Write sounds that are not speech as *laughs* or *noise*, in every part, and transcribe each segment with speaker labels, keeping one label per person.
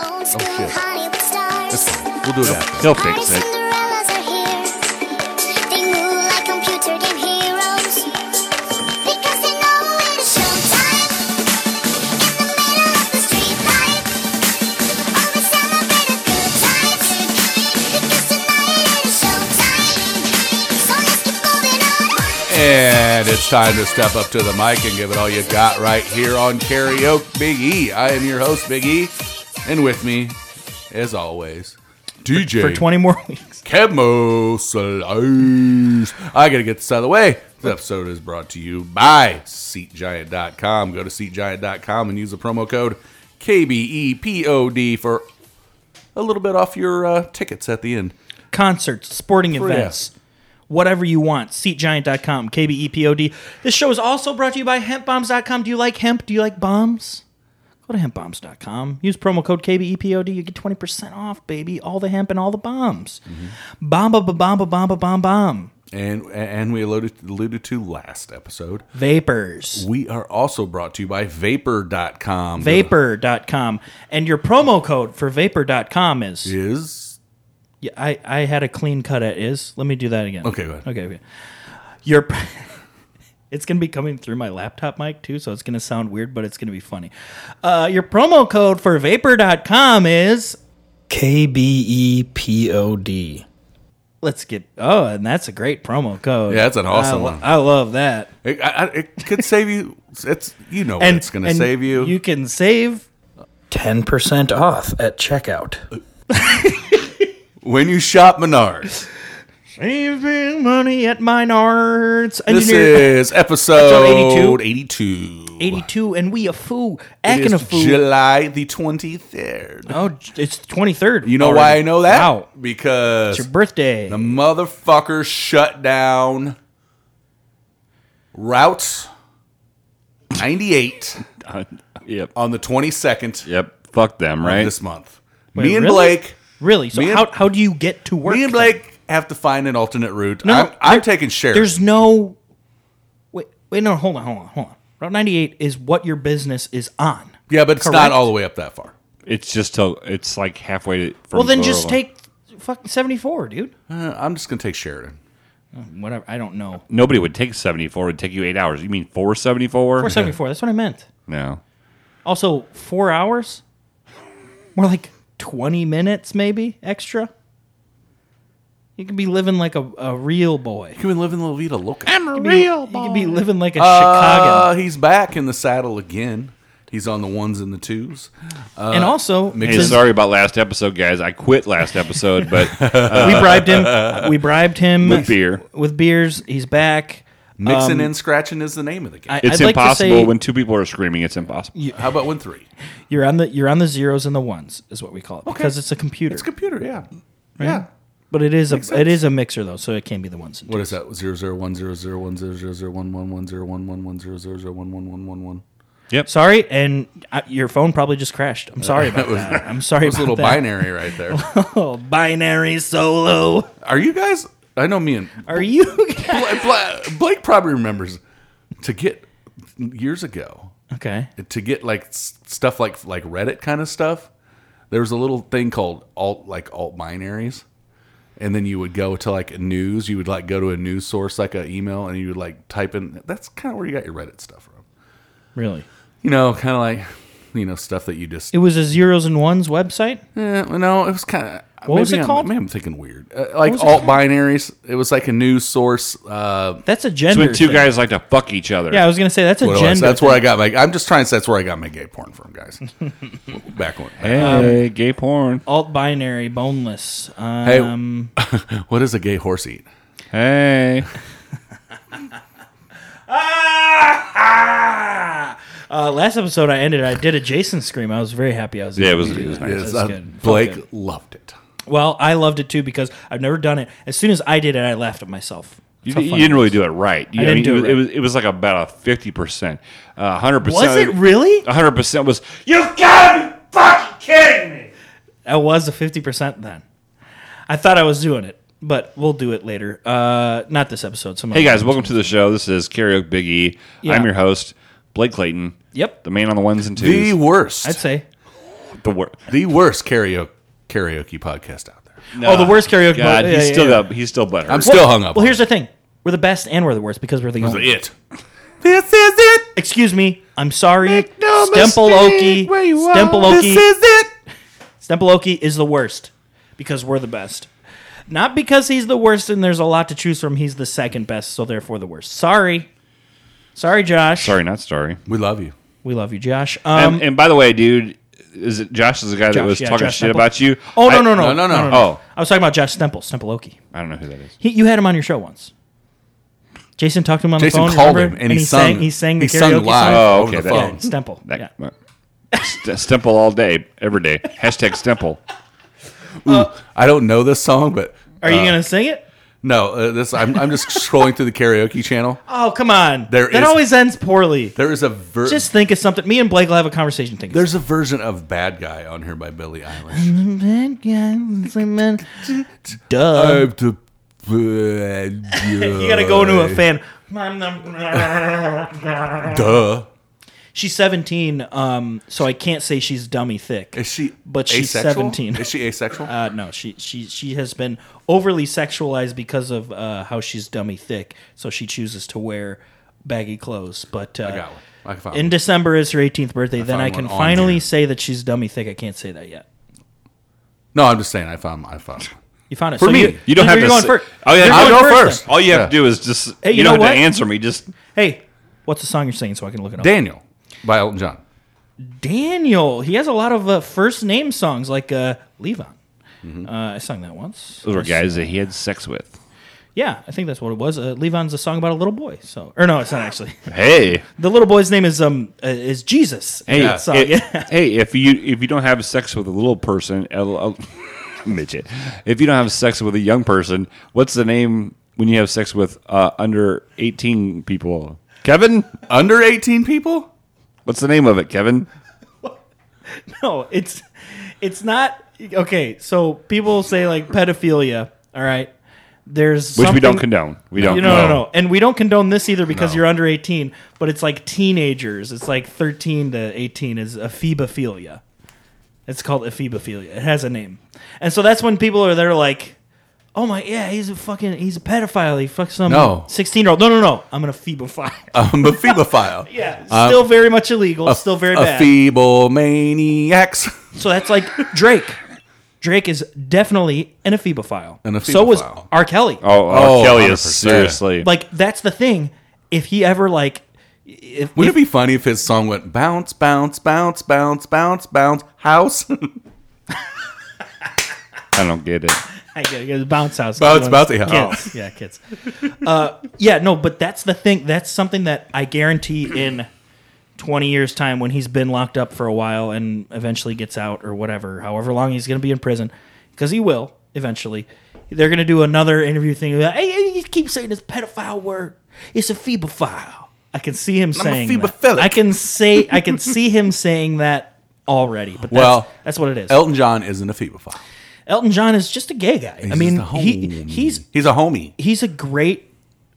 Speaker 1: Oh shit.
Speaker 2: That's fine.
Speaker 1: We'll do it after.
Speaker 3: He'll fix it.
Speaker 1: And it's time to step up to the mic and give it all you got right here on Karaoke Big E. I am your host, Big E. And with me, as always, DJ
Speaker 4: for 20 more *laughs* weeks.
Speaker 1: Chemo Slice. I gotta get this out of the way. This episode is brought to you by SeatGiant.com. Go to SeatGiant.com and use the promo code E KBEPOD for a little bit off your uh, tickets at the end.
Speaker 4: Concerts, sporting
Speaker 1: yeah.
Speaker 4: events, whatever you want. Seatgiant.com, KBEPOD. This show is also brought to you by hempbombs.com. Do you like hemp? Do you like bombs? Go to hempbombs.com. Use promo code E KBEPOD. You get 20% off, baby. All the hemp and all the bombs. Bomba, ba, bomba, bomba, bomb, bomb.
Speaker 1: And and we alluded, alluded to last episode.
Speaker 4: Vapors.
Speaker 1: We are also brought to you by Vapor.com.
Speaker 4: Vapor.com. And your promo code for vapor.com is.
Speaker 1: is
Speaker 4: Yeah, I, I had a clean cut at is. Let me do that again.
Speaker 1: Okay, go ahead.
Speaker 4: Okay, okay. Your *laughs* it's gonna be coming through my laptop mic too, so it's gonna sound weird, but it's gonna be funny. Uh, your promo code for vapor.com is
Speaker 5: K B E P O D.
Speaker 4: let's get oh, and that's a great promo code.
Speaker 1: Yeah, that's an awesome
Speaker 4: I, lo-
Speaker 1: one.
Speaker 4: I love that.
Speaker 1: it, I, I- it
Speaker 4: *laughs*
Speaker 1: could save you. It's you know
Speaker 4: And
Speaker 1: it's going to
Speaker 4: and
Speaker 1: save you.
Speaker 4: You can save
Speaker 5: 10% off at checkout.
Speaker 1: when you shop Menards.
Speaker 4: saving money at Minards.
Speaker 1: This
Speaker 4: Engineer-
Speaker 1: is episode
Speaker 4: 82.
Speaker 1: 82.
Speaker 4: 82, and we a foo
Speaker 1: It
Speaker 4: acting a
Speaker 1: is
Speaker 4: foo.
Speaker 1: July the 23rd.
Speaker 4: oh, it's the 23rd.
Speaker 1: You know why I know that?
Speaker 4: Wow. It's
Speaker 1: Because
Speaker 4: your birthday.
Speaker 1: the motherfucker shut down Route 98
Speaker 3: Yep.
Speaker 1: on the 22nd
Speaker 3: Yep. Fuck them,
Speaker 1: of
Speaker 3: right?
Speaker 1: this month.
Speaker 4: Wait,
Speaker 1: me and
Speaker 4: really?
Speaker 1: Blake,
Speaker 4: Really? So
Speaker 1: Me and-
Speaker 4: how, how do you get to work?
Speaker 1: me and
Speaker 4: then?
Speaker 1: Blake have to find an alternate route.
Speaker 4: No,
Speaker 1: I'm,
Speaker 4: no,
Speaker 1: I'm taking Sheridan.
Speaker 4: There's no. Wait, wait, no, hold on, hold on, hold on. Route 98 is what your business is on.
Speaker 1: yeah, but it's not
Speaker 4: Correct.
Speaker 1: all the way up that far.
Speaker 3: It's just till it's like halfway to. From
Speaker 4: Well, then
Speaker 3: Florida.
Speaker 4: just take fucking 74, dude.
Speaker 1: Uh, I'm just going to take Sheridan.
Speaker 4: Whatever. I don't know.
Speaker 3: Nobody would take seventy four. It would take you eight hours. You mean four seventy four?
Speaker 4: 474. That's what I meant.
Speaker 3: No.
Speaker 4: Also, four hours? More like 20 minutes, maybe extra? You could be living like a, a real boy.
Speaker 1: You can live in La Vida Loca.
Speaker 4: You could be- You could be living like a
Speaker 1: Uh,
Speaker 4: Chicago.
Speaker 1: he's back in the saddle again. He's on the ones and the twos.
Speaker 4: and also,
Speaker 3: Hey,
Speaker 4: since-
Speaker 3: sorry about last episode, guys. I quit last episode,
Speaker 4: *laughs*
Speaker 3: but
Speaker 4: we bribed him. We bribed him
Speaker 3: With beer.
Speaker 4: With beers, he's back.
Speaker 1: Mixing and scratching is the name of the game.
Speaker 4: Um, I-
Speaker 3: it's
Speaker 4: I'd like to
Speaker 3: impossible
Speaker 4: say-
Speaker 3: when two people are screaming. It's impossible.
Speaker 1: How about when three?
Speaker 4: You're on the you're on the zeros and the ones is what we call it because it's a computer.
Speaker 1: It's computer, yeah. Yeah.
Speaker 4: but it is a it is a mixer though, so it can be the ones. And
Speaker 1: What is that? Zero zero one zero zero one zero zero zero one one one zero one one one zero zero zero one one one one one.
Speaker 4: twos. Sorry, and uh, your phone probably just crashed. I'm sorry about that. I'm sorry.
Speaker 1: It's a little
Speaker 4: about that.
Speaker 1: binary right there.
Speaker 4: Oh, binary solo.
Speaker 1: Are you guys? I know me and
Speaker 4: Are you *laughs*
Speaker 1: Bla- Bla- Blake probably remembers to get years ago.
Speaker 4: okay?
Speaker 1: to get like s- stuff like like Reddit kind of stuff, there was a little thing called alt like alt binaries, and then you would go to like news. You would like go to a news source like an email, and you would like type in. That's kind of where you got your Reddit stuff from.
Speaker 4: Really?
Speaker 1: You know, kind of like you know stuff that you just.
Speaker 4: It was a zeros and ones website.
Speaker 1: Eh, well, no, it was kind of.
Speaker 4: What was it
Speaker 1: I'm,
Speaker 4: called?
Speaker 1: Maybe I'm thinking weird. Uh, like
Speaker 4: was it
Speaker 1: alt binaries. It was like a news source. Uh,
Speaker 4: That's a
Speaker 3: It's
Speaker 4: gender.
Speaker 3: when two
Speaker 4: thing.
Speaker 3: guys like to fuck each other.
Speaker 4: Yeah, I was gonna say that's a
Speaker 1: what it was.
Speaker 4: gender.
Speaker 1: That's
Speaker 4: thing.
Speaker 1: where I got my. I'm just trying to. say That's where I got my gay porn from, guys. *laughs* Back when.
Speaker 3: Hey,
Speaker 4: Um,
Speaker 3: gay porn.
Speaker 4: alt binary boneless.
Speaker 1: Hey,
Speaker 4: Um,
Speaker 1: *laughs* what does a gay horse eat?
Speaker 3: Hey.
Speaker 4: *laughs* Uh, last episode I ended, I did a Jason scream. I was very happy I was
Speaker 3: Yeah, it
Speaker 4: able
Speaker 3: was,
Speaker 4: to do
Speaker 3: it was
Speaker 4: that.
Speaker 3: nice.
Speaker 1: Yes,
Speaker 4: That's
Speaker 1: uh,
Speaker 4: good.
Speaker 1: Blake
Speaker 4: Fuck
Speaker 1: loved it.
Speaker 4: Well, I loved it too because I've never done it. As soon as I did it, I laughed at myself.
Speaker 3: You,
Speaker 4: That's how
Speaker 3: you
Speaker 4: fun
Speaker 3: didn't
Speaker 4: it
Speaker 3: really
Speaker 4: was.
Speaker 3: do it right. You,
Speaker 4: I didn't
Speaker 3: mean,
Speaker 4: do it
Speaker 3: it,
Speaker 4: right.
Speaker 3: was, it was like about a fifty percent, Uh, hundred percent.
Speaker 4: Was it really?
Speaker 2: Uh,
Speaker 3: hundred percent was. You've got to be fucking kidding me.
Speaker 4: I was a fifty percent then. I thought I was doing it, but we'll do it later. Uh, not this episode. Some
Speaker 3: Hey guys, welcome to the show. This is Karaoke Big E.
Speaker 4: Yeah.
Speaker 3: am your host, Blake Clayton.
Speaker 4: Yep.
Speaker 3: the man on the ones and twos.
Speaker 1: The worst.
Speaker 4: I'd say
Speaker 2: the worst.
Speaker 1: The worst karaoke karaoke podcast out there.
Speaker 4: Oh, the worst karaoke
Speaker 2: God,
Speaker 4: mo-
Speaker 2: he's
Speaker 4: yeah, yeah,
Speaker 2: still
Speaker 4: yeah.
Speaker 2: got. He's still butthurt.
Speaker 1: I'm still hung up.
Speaker 4: Well,
Speaker 1: on
Speaker 4: here's
Speaker 1: it.
Speaker 4: the thing: we're the best and we're the worst because we're the only.
Speaker 1: it. This is it.
Speaker 4: Excuse me. I'm sorry.
Speaker 1: Make no
Speaker 4: Stemple Oki.
Speaker 1: mistake where you are.
Speaker 4: Stemple Oki.
Speaker 1: This is it.
Speaker 4: Stemple Oki is the worst because we're the best. Not because he's the worst and there's a lot to choose from. He's the second best, so therefore the worst. Sorry. Sorry, Josh.
Speaker 2: sorry, not sorry.
Speaker 1: We love you.
Speaker 4: We love you, Josh. Um,
Speaker 2: and, and by the way, dude, is it Josh is the guy that
Speaker 4: Josh,
Speaker 2: was
Speaker 4: yeah,
Speaker 2: talking
Speaker 4: Josh
Speaker 2: shit
Speaker 4: Temple.
Speaker 2: about you?
Speaker 4: oh, no,
Speaker 2: I-
Speaker 4: no, no,
Speaker 1: no, no, no.
Speaker 2: Oh,
Speaker 4: I was talking about Josh Stemple, Stemple Oki.
Speaker 2: I don't know who that is.
Speaker 4: He, you had him on your show once. Jason talked to him on
Speaker 1: Jason
Speaker 4: the phone.
Speaker 1: called
Speaker 4: remember?
Speaker 1: him and he sang.
Speaker 4: Sang, he sang the
Speaker 1: He
Speaker 4: karaoke
Speaker 1: sung live
Speaker 4: song.
Speaker 2: Oh,
Speaker 1: over
Speaker 2: okay,
Speaker 1: the
Speaker 2: that-
Speaker 4: Yeah,
Speaker 1: phone.
Speaker 4: Stemple.
Speaker 2: That,
Speaker 4: yeah.
Speaker 2: St- Stemple all day, every day. Hashtag
Speaker 4: *laughs*
Speaker 2: Stemple.
Speaker 1: I don't know this song, but
Speaker 4: Are you gonna sing it?
Speaker 1: no, uh, this I'm, I'm just scrolling through the karaoke channel.
Speaker 4: Oh, come on.
Speaker 1: There
Speaker 4: that
Speaker 1: is-
Speaker 4: always ends poorly.
Speaker 1: There is a ver-
Speaker 4: Just think of something. Me and Blake will have a conversation. Think.
Speaker 1: there's a version of Bad Guy on here by Billie Eilish.
Speaker 4: Mm-hmm.
Speaker 1: Um,
Speaker 4: Duh.
Speaker 1: I'm the bad
Speaker 4: *laughs* you gotta go into a
Speaker 1: guy.
Speaker 4: fan.
Speaker 1: Duh.
Speaker 4: She's 17, um, so I can't say she's dummy thick.
Speaker 1: Is she?
Speaker 4: But she's
Speaker 1: asexual?
Speaker 4: 17.
Speaker 1: Is she asexual?
Speaker 4: Uh, no, she she she has been overly sexualized because of uh, how she's dummy thick, so she chooses to wear baggy clothes. But uh,
Speaker 1: got one. I can find
Speaker 4: in
Speaker 1: one.
Speaker 4: December is her 18th birthday. then
Speaker 1: found
Speaker 4: I
Speaker 1: one
Speaker 4: can
Speaker 1: on
Speaker 4: finally
Speaker 1: here.
Speaker 4: say that she's dummy thick. I can't say that yet.
Speaker 1: no, I'm just saying. I found. I found. one.
Speaker 4: You found it
Speaker 1: For
Speaker 4: so
Speaker 1: me,
Speaker 4: You,
Speaker 2: You don't
Speaker 4: you're
Speaker 2: have to.
Speaker 4: going
Speaker 2: say-
Speaker 4: first.
Speaker 2: Oh yeah,
Speaker 4: You're
Speaker 1: I'll
Speaker 4: going
Speaker 1: go
Speaker 4: first
Speaker 1: first.
Speaker 2: All you have to
Speaker 1: Yeah.
Speaker 2: do is just.
Speaker 4: Hey, you
Speaker 2: you, don't
Speaker 4: know
Speaker 2: have to
Speaker 4: what?
Speaker 2: answer me. Just
Speaker 4: Hey, what's the song you're singing so I can look it up?
Speaker 1: Daniel by Elton John.
Speaker 4: Daniel. He has a lot of uh, first name songs like uh, Levon. Uh, I sung that once.
Speaker 2: Mm-hmm. those were guys that he had sex with.
Speaker 4: Yeah, I think that's what it was. Uh, Levon's a song about a little boy. So, or no, it's not actually.
Speaker 2: Hey,
Speaker 4: The little boy's name is um uh, is Jesus.
Speaker 2: hey,
Speaker 4: in that song.
Speaker 2: it-
Speaker 4: yeah.
Speaker 2: *laughs* hey! If you if you don't have sex with a little person, a, a- *laughs* midget. If you don't have sex with a young person, what's the name when you have sex with uh, under eighteen people? Kevin,
Speaker 1: Under 18 people.
Speaker 2: what's the name of it? Kevin.
Speaker 4: No, it's it's not okay. So people say like pedophilia. All right, there's
Speaker 2: Which we don't
Speaker 4: something-
Speaker 2: condone. We don't.
Speaker 4: You know, no, no, no, and we don't condone this either because you're under 18. But it's like teenagers. It's like 13 to 18 is ephebophilia. It's called ephebophilia. It has a name, and so that's when people are there like, oh my, yeah, he's a fucking, he's a pedophile. He fucks some
Speaker 1: No. Uh,
Speaker 4: 16 year old. No, no, no, I'm an ephebophile.
Speaker 1: I'm a phebophile.
Speaker 4: *laughs* Yeah,
Speaker 1: uh,
Speaker 4: still very much illegal. still very
Speaker 1: a
Speaker 4: bad.
Speaker 1: feeble *laughs* maniacs.
Speaker 4: So that's like Drake. Drake is definitely an ephebophile.
Speaker 1: An
Speaker 4: So was
Speaker 1: ephebophile.
Speaker 4: R. Kelly.
Speaker 2: Oh, oh,
Speaker 1: Oh,
Speaker 2: Kelly is
Speaker 1: 100%.
Speaker 2: seriously.
Speaker 4: Like that's the thing. If he ever like, if,
Speaker 1: Wouldn't it be funny if his song went bounce, bounce, bounce, bounce, bounce, bounce, house, *laughs*
Speaker 2: I don't get it.
Speaker 4: *laughs* I get it, it's bounce house,
Speaker 1: Bounce, Oh. bouncy
Speaker 4: Kids.
Speaker 1: house.
Speaker 4: yeah, kids. Uh, yeah, no, but that's the thing. That's something that I guarantee in twenty years' time, when he's been locked up for a while and eventually gets out or whatever, however long he's going to be in prison, because he will eventually. They're going to do another interview thing. About, hey, hey, you keep saying this pedophile word. It's a phebophile. I can see him saying. That.
Speaker 1: phebophilic.
Speaker 4: I can say. I can see him saying that already. But that's,
Speaker 1: Well,
Speaker 4: that's what it is.
Speaker 1: Elton John isn't a feebophile.
Speaker 4: Elton John is just a gay guy. I
Speaker 1: He's
Speaker 4: mean,
Speaker 1: just a
Speaker 4: he
Speaker 1: homie.
Speaker 4: he's
Speaker 1: he's a homie.
Speaker 4: he's a great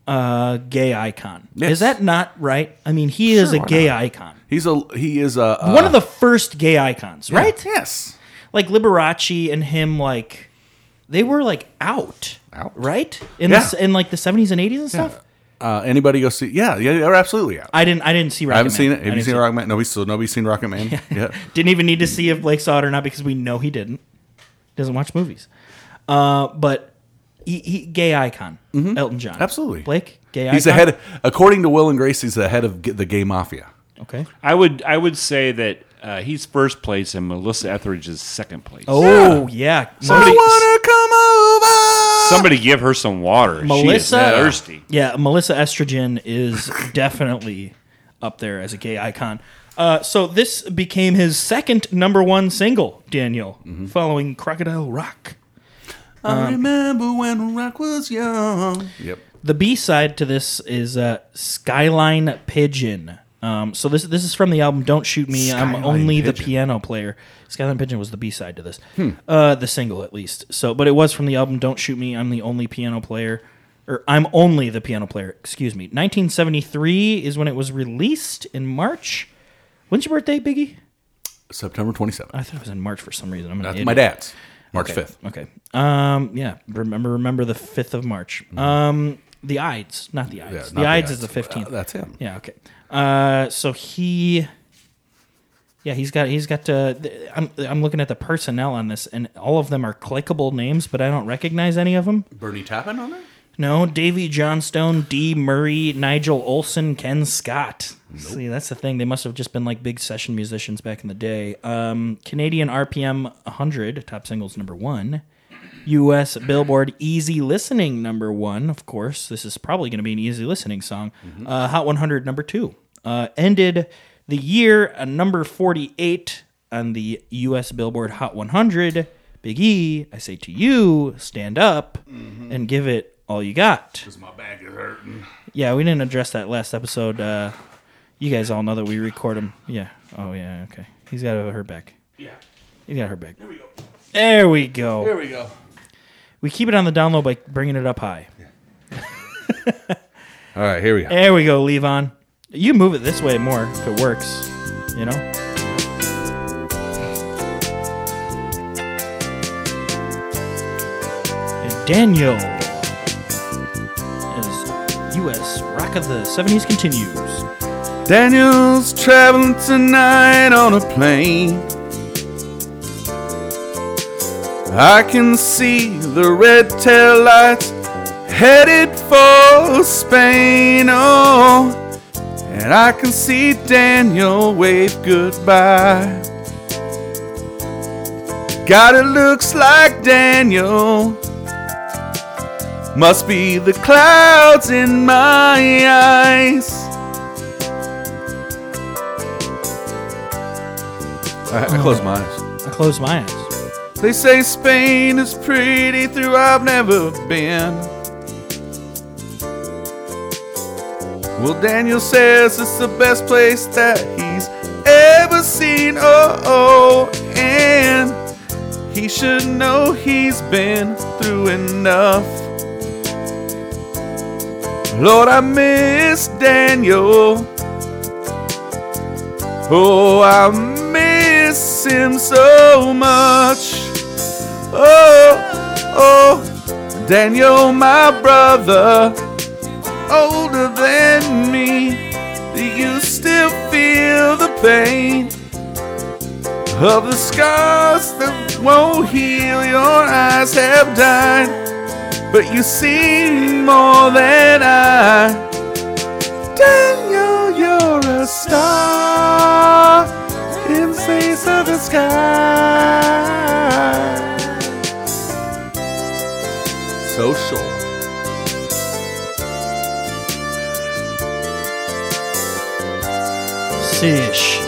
Speaker 4: uh, gay icon.
Speaker 1: Yes.
Speaker 4: Is that not right? I mean, he is a gay icon.
Speaker 1: He's a he is a uh,
Speaker 4: One of the first gay icons, right?
Speaker 1: Yes.
Speaker 4: Like Liberace and him, like they were like out,
Speaker 1: Out.
Speaker 4: right? In
Speaker 1: Yeah.
Speaker 4: the, in like the seventies and eighties and stuff.
Speaker 1: Uh, anybody go see? Yeah, yeah, they're absolutely out.
Speaker 4: I didn't. I didn't see. Rocket
Speaker 1: I haven't
Speaker 4: Man.
Speaker 1: seen it.
Speaker 4: I
Speaker 1: Have you
Speaker 4: didn't
Speaker 1: seen
Speaker 4: see
Speaker 1: Rocket Man? Nobody's so nobody's seen Rocket
Speaker 4: *laughs*
Speaker 1: Man. yeah.
Speaker 4: it. Didn't even need to see if Blake saw it or not because we know he didn't. Doesn't watch movies. Uh, but he, he, gay icon, Elton John,
Speaker 1: Mm-hmm. Absolutely.
Speaker 4: Blake, gay icon.
Speaker 1: He's ahead. according to Will and Grace, he's the head of g- the gay mafia.
Speaker 4: Okay.
Speaker 2: I would I would say that uh, he's first place and Melissa Etheridge is second place.
Speaker 4: Oh yeah.
Speaker 2: Somebody-
Speaker 1: I wanna come over.
Speaker 2: Somebody give her some water.
Speaker 4: Melissa?
Speaker 2: she is thirsty.
Speaker 4: Yeah, Melissa Estrogen is *laughs* definitely up there as a gay icon. Uh, so this became his second number one single, Daniel,
Speaker 2: Mm-hmm.
Speaker 4: following Crocodile Rock.
Speaker 1: I
Speaker 4: Um,
Speaker 1: remember when Rock was young. Yep.
Speaker 4: The B side to this is uh, Skyline Pigeon. Um, so this this is from the album Don't Shoot Me. I'm
Speaker 1: Skyline
Speaker 4: only the
Speaker 1: Pigeon. Hmm.
Speaker 4: piano player. Skyline Pigeon was the B side to this, uh, the single at least. So, but it was from the album Don't Shoot Me. I'm the only piano player, or I'm only the piano player. Excuse me. 1973 is when it was released in March. When's your birthday, Biggie?
Speaker 1: September 27th.
Speaker 4: I thought it was in March for some reason. I'm an
Speaker 1: That's
Speaker 4: idiot.
Speaker 1: my dad's. March 5th.
Speaker 4: Okay. Um. Yeah. Remember. Remember the fifth of March. Um. The Ides, not the Ides.
Speaker 1: Mm-hmm. Yeah, not
Speaker 4: the Ides is the
Speaker 1: Ides.
Speaker 4: fifteenth.
Speaker 1: Uh, that's him.
Speaker 4: Yeah. Okay. Uh. So he. Yeah, he's got he's got uh th- I'm I'm looking at the personnel on this, and all of them are clickable names, but I don't recognize any of them.
Speaker 1: Bernie Tappin on there?
Speaker 4: No, Davy Johnstone, D. Murray, Nigel Olson, Ken Scott. See, that's the thing. They must have just been like big session musicians back in the day. Um, Canadian RPM 100, top singles number one. U.S. Billboard Easy Listening number one, of course. This is probably going to be an easy listening song. Uh, Hot 100 number two. Uh, ended the year at number 48 on the U.S. Billboard Hot 100. Big E, I say to you, stand up and give it all you got.
Speaker 1: My back is hurting.
Speaker 4: Yeah, we didn't address that last episode. Uh, you guys all know that we record them. Yeah. Oh, yeah. Okay. He's got her back. Yeah. He's got her back. There we go. There we go.
Speaker 1: There we go.
Speaker 4: We keep it on the down low by bringing it up high.
Speaker 1: All right, here we go.
Speaker 4: There we go, Levon. You move it this way more if it works. You know? And Daniel as U.S. Rock of the 70s continues.
Speaker 1: Daniel's traveling tonight on a plane. I can see the red tail lights headed for Spain. Oh, and I can see Daniel wave goodbye. God, it looks like Daniel. Must be the clouds in my eyes. I, I close my eyes.
Speaker 4: I close my eyes.
Speaker 1: They say Spain is pretty through I've never been. Well, Daniel says it's the best place that he's ever seen. Oh, oh, and he should know he's been through enough. Lord, I miss Daniel. Oh, I miss him so much. Oh, oh, Daniel, my brother, older than me. Do you still feel the pain of the scars that won't heal? Your eyes have died, but you see more than I. Daniel, you're a star in space of the sky. Social.
Speaker 4: Sish.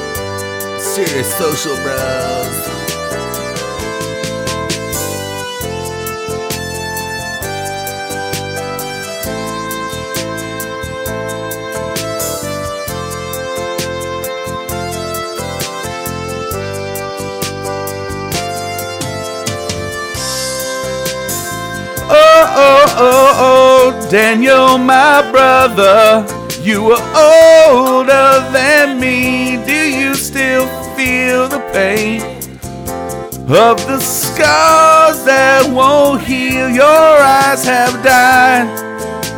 Speaker 1: Serious social, bros. Oh, oh, oh, oh, Daniel, my brother, you were older than me. Do you still feel the pain of the scars that won't heal? Your eyes have died,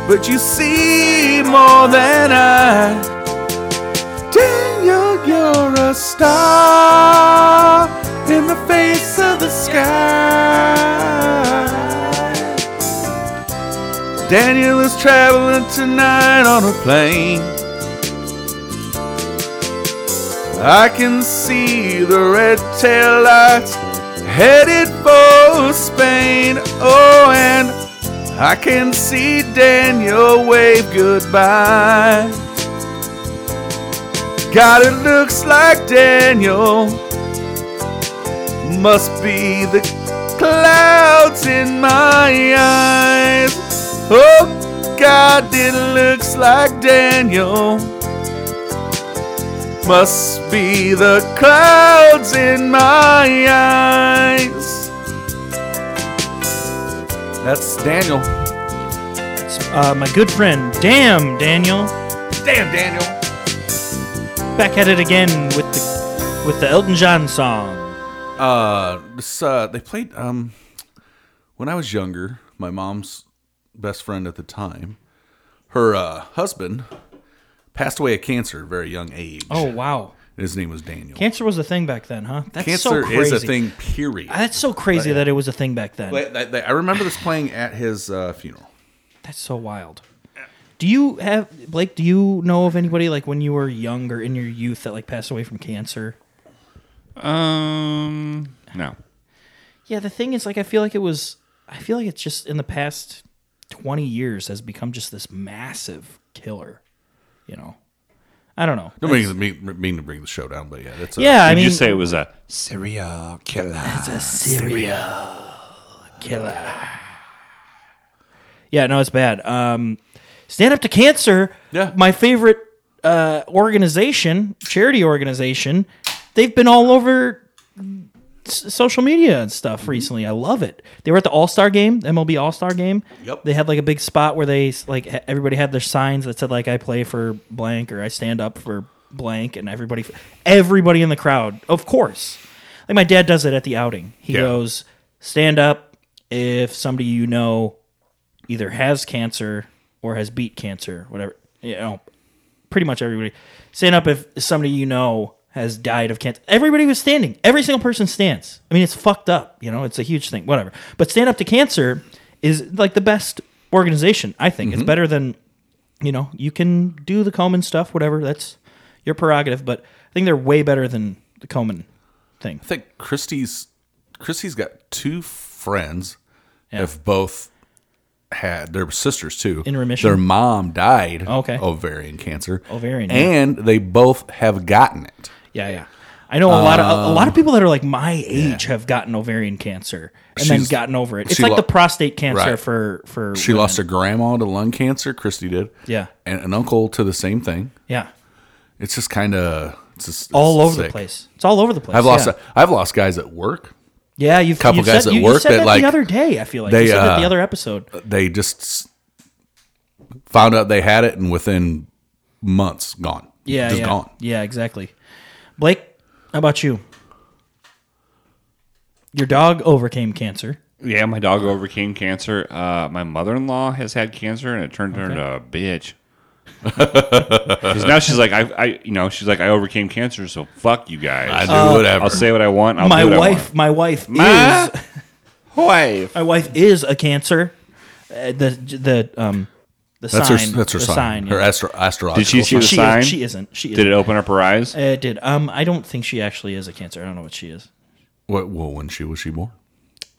Speaker 1: but you see more than I. Daniel, you're a star in the face of the sky. Daniel is traveling tonight on a plane. I can see the red tail lights headed for Spain. Oh, and I can see Daniel wave goodbye. God, it looks like Daniel must be the clouds in my eyes. Oh, God, it looks like Daniel. Must be the clouds in my eyes. That's Daniel.
Speaker 4: It's, uh, my good friend, damn Daniel,
Speaker 1: Damn, Daniel.
Speaker 4: back at it again with the with the Elton John song.
Speaker 1: Uh, this, uh, they played um, when I was younger. My mom's best friend at the time, her uh, husband passed away of cancer at a very young age.
Speaker 4: Oh wow,
Speaker 1: his name was Daniel.
Speaker 4: cancer was a thing back then, huh? That's
Speaker 1: cancer
Speaker 4: so crazy.
Speaker 1: is a thing. Period. I,
Speaker 4: That's so crazy that it was a thing back then.
Speaker 1: I remember this playing at his uh, funeral.
Speaker 4: That's so wild. Do you have Blake? Do you know of anybody like when you were young or in your youth that like passed away from cancer?
Speaker 2: Um, no.
Speaker 4: Yeah, the thing is, like, I feel like it was. I feel like it's just in the past twenty years has become just this massive killer. You know, I don't know.
Speaker 1: Don't mean, mean, mean to bring the show down, but yeah, that's a,
Speaker 4: yeah, I
Speaker 2: Did
Speaker 4: mean,
Speaker 2: you say it was a?
Speaker 1: serial killer.
Speaker 4: a serial killer. Yeah, no, it's bad. Um, Stand Up to Cancer,
Speaker 1: Yeah.
Speaker 4: my favorite uh, organization, charity organization, they've been all over s- social media and stuff
Speaker 1: Mm-hmm.
Speaker 4: recently. I love it. They were at the All Star game, MLB All Star game.
Speaker 1: Yep.
Speaker 4: They had like a big spot where they s- like ha- everybody had their signs that said like I play for blank or I stand up for blank, and everybody everybody in the crowd, of course. Like my dad does it at the outing. He
Speaker 1: Yeah.
Speaker 4: goes stand up if somebody you know either has cancer or has beat cancer, whatever. You know, pretty much everybody. Stand up if somebody you know has died of cancer. Everybody was standing. Every single person stands. I mean, it's fucked up. You know, it's a huge thing. Whatever. But stand up to cancer is like the best organization. I think
Speaker 1: Mm-hmm.
Speaker 4: it's better than you know. You can do the Komen stuff, whatever. That's your prerogative. But I think they're way better than the Komen thing.
Speaker 1: I think Christie's Christie's got two friends have both had their sisters too
Speaker 4: In remission? Oh,
Speaker 1: Their mom died
Speaker 4: Okay.
Speaker 1: ovarian cancer.
Speaker 4: Ovarian, yeah.
Speaker 1: and they both have gotten it.
Speaker 4: Yeah, yeah. I know a lot of a, a
Speaker 1: Um,
Speaker 4: lot of people that are like my age have gotten ovarian cancer and then
Speaker 1: She's-
Speaker 4: gotten over it. It's
Speaker 1: she
Speaker 4: like
Speaker 1: lo-
Speaker 4: the prostate cancer
Speaker 1: Right.
Speaker 4: for for
Speaker 1: She
Speaker 4: women.
Speaker 1: lost her grandma to lung cancer. Christie did.
Speaker 4: Yeah.
Speaker 1: and an uncle to the same thing.
Speaker 4: yeah
Speaker 1: It's just kind of it's just
Speaker 4: all
Speaker 1: it's
Speaker 4: over the
Speaker 1: sick.
Speaker 4: place. It's all over the place.
Speaker 1: I've lost
Speaker 4: yeah.
Speaker 1: I've lost guys at work.
Speaker 4: yeah, you've
Speaker 1: couple
Speaker 4: you've
Speaker 1: guys
Speaker 4: said,
Speaker 1: at
Speaker 4: you, you
Speaker 1: work
Speaker 4: said
Speaker 1: that,
Speaker 4: that
Speaker 1: like,
Speaker 4: the other day. I feel like
Speaker 1: they,
Speaker 4: you said that
Speaker 1: uh,
Speaker 4: the other episode.
Speaker 1: They just s- found out they had it, and within months, gone.
Speaker 4: Yeah,
Speaker 1: just
Speaker 4: yeah,
Speaker 1: gone.
Speaker 4: yeah, exactly. Blake, how about you? Your dog overcame cancer.
Speaker 2: Yeah, my dog overcame cancer. Uh, my mother-in-law has had cancer, and it turned her into a bitch. *laughs* 'Cause now she's like, I, I, you know, she's like, I overcame cancer, so fuck you guys.
Speaker 1: I do
Speaker 4: Uh,
Speaker 1: whatever.
Speaker 2: I'll say what I want. I'll
Speaker 4: my
Speaker 2: do what
Speaker 4: wife, my wife
Speaker 2: My
Speaker 4: is My wife is a cancer. Uh, the the um the
Speaker 1: That's
Speaker 4: sign.
Speaker 1: her. That's her
Speaker 4: the
Speaker 1: sign.
Speaker 4: sign.
Speaker 1: Her
Speaker 4: yeah.
Speaker 1: astro- astrological.
Speaker 2: Did
Speaker 1: sign.
Speaker 2: she see the
Speaker 4: she
Speaker 2: sign?
Speaker 4: Is, she isn't. She
Speaker 2: Did
Speaker 4: isn't.
Speaker 2: it open up her eyes?
Speaker 4: Uh, It did. Um, I don't think she actually is a cancer. I don't know what she is.
Speaker 1: What? Well, when she was she born?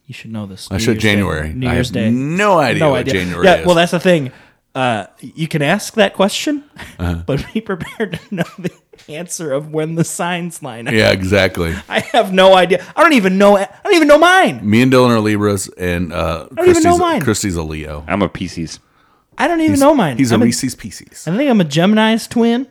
Speaker 4: You should know this.
Speaker 1: I said January.
Speaker 4: Day. New
Speaker 1: I
Speaker 4: Year's
Speaker 1: have
Speaker 4: Day.
Speaker 1: No idea
Speaker 4: no
Speaker 1: what
Speaker 4: idea.
Speaker 1: January
Speaker 4: yeah.
Speaker 1: is.
Speaker 4: Well, that's the thing. Uh, you can ask that question,
Speaker 1: Uh-huh.
Speaker 4: *laughs* but be prepared to know the answer of when the signs line up.
Speaker 1: yeah, exactly.
Speaker 4: I have no idea. I don't even know. I don't even know mine.
Speaker 1: Me and Dylan are Libras, and uh,
Speaker 4: don't even
Speaker 1: Christy's,
Speaker 4: know mine.
Speaker 1: Christy's a Leo.
Speaker 2: I'm a Pisces.
Speaker 4: I don't even know mine.
Speaker 1: He's a
Speaker 4: I'm a,
Speaker 1: Reese's Pieces.
Speaker 4: I think I'm a Gemini's twin.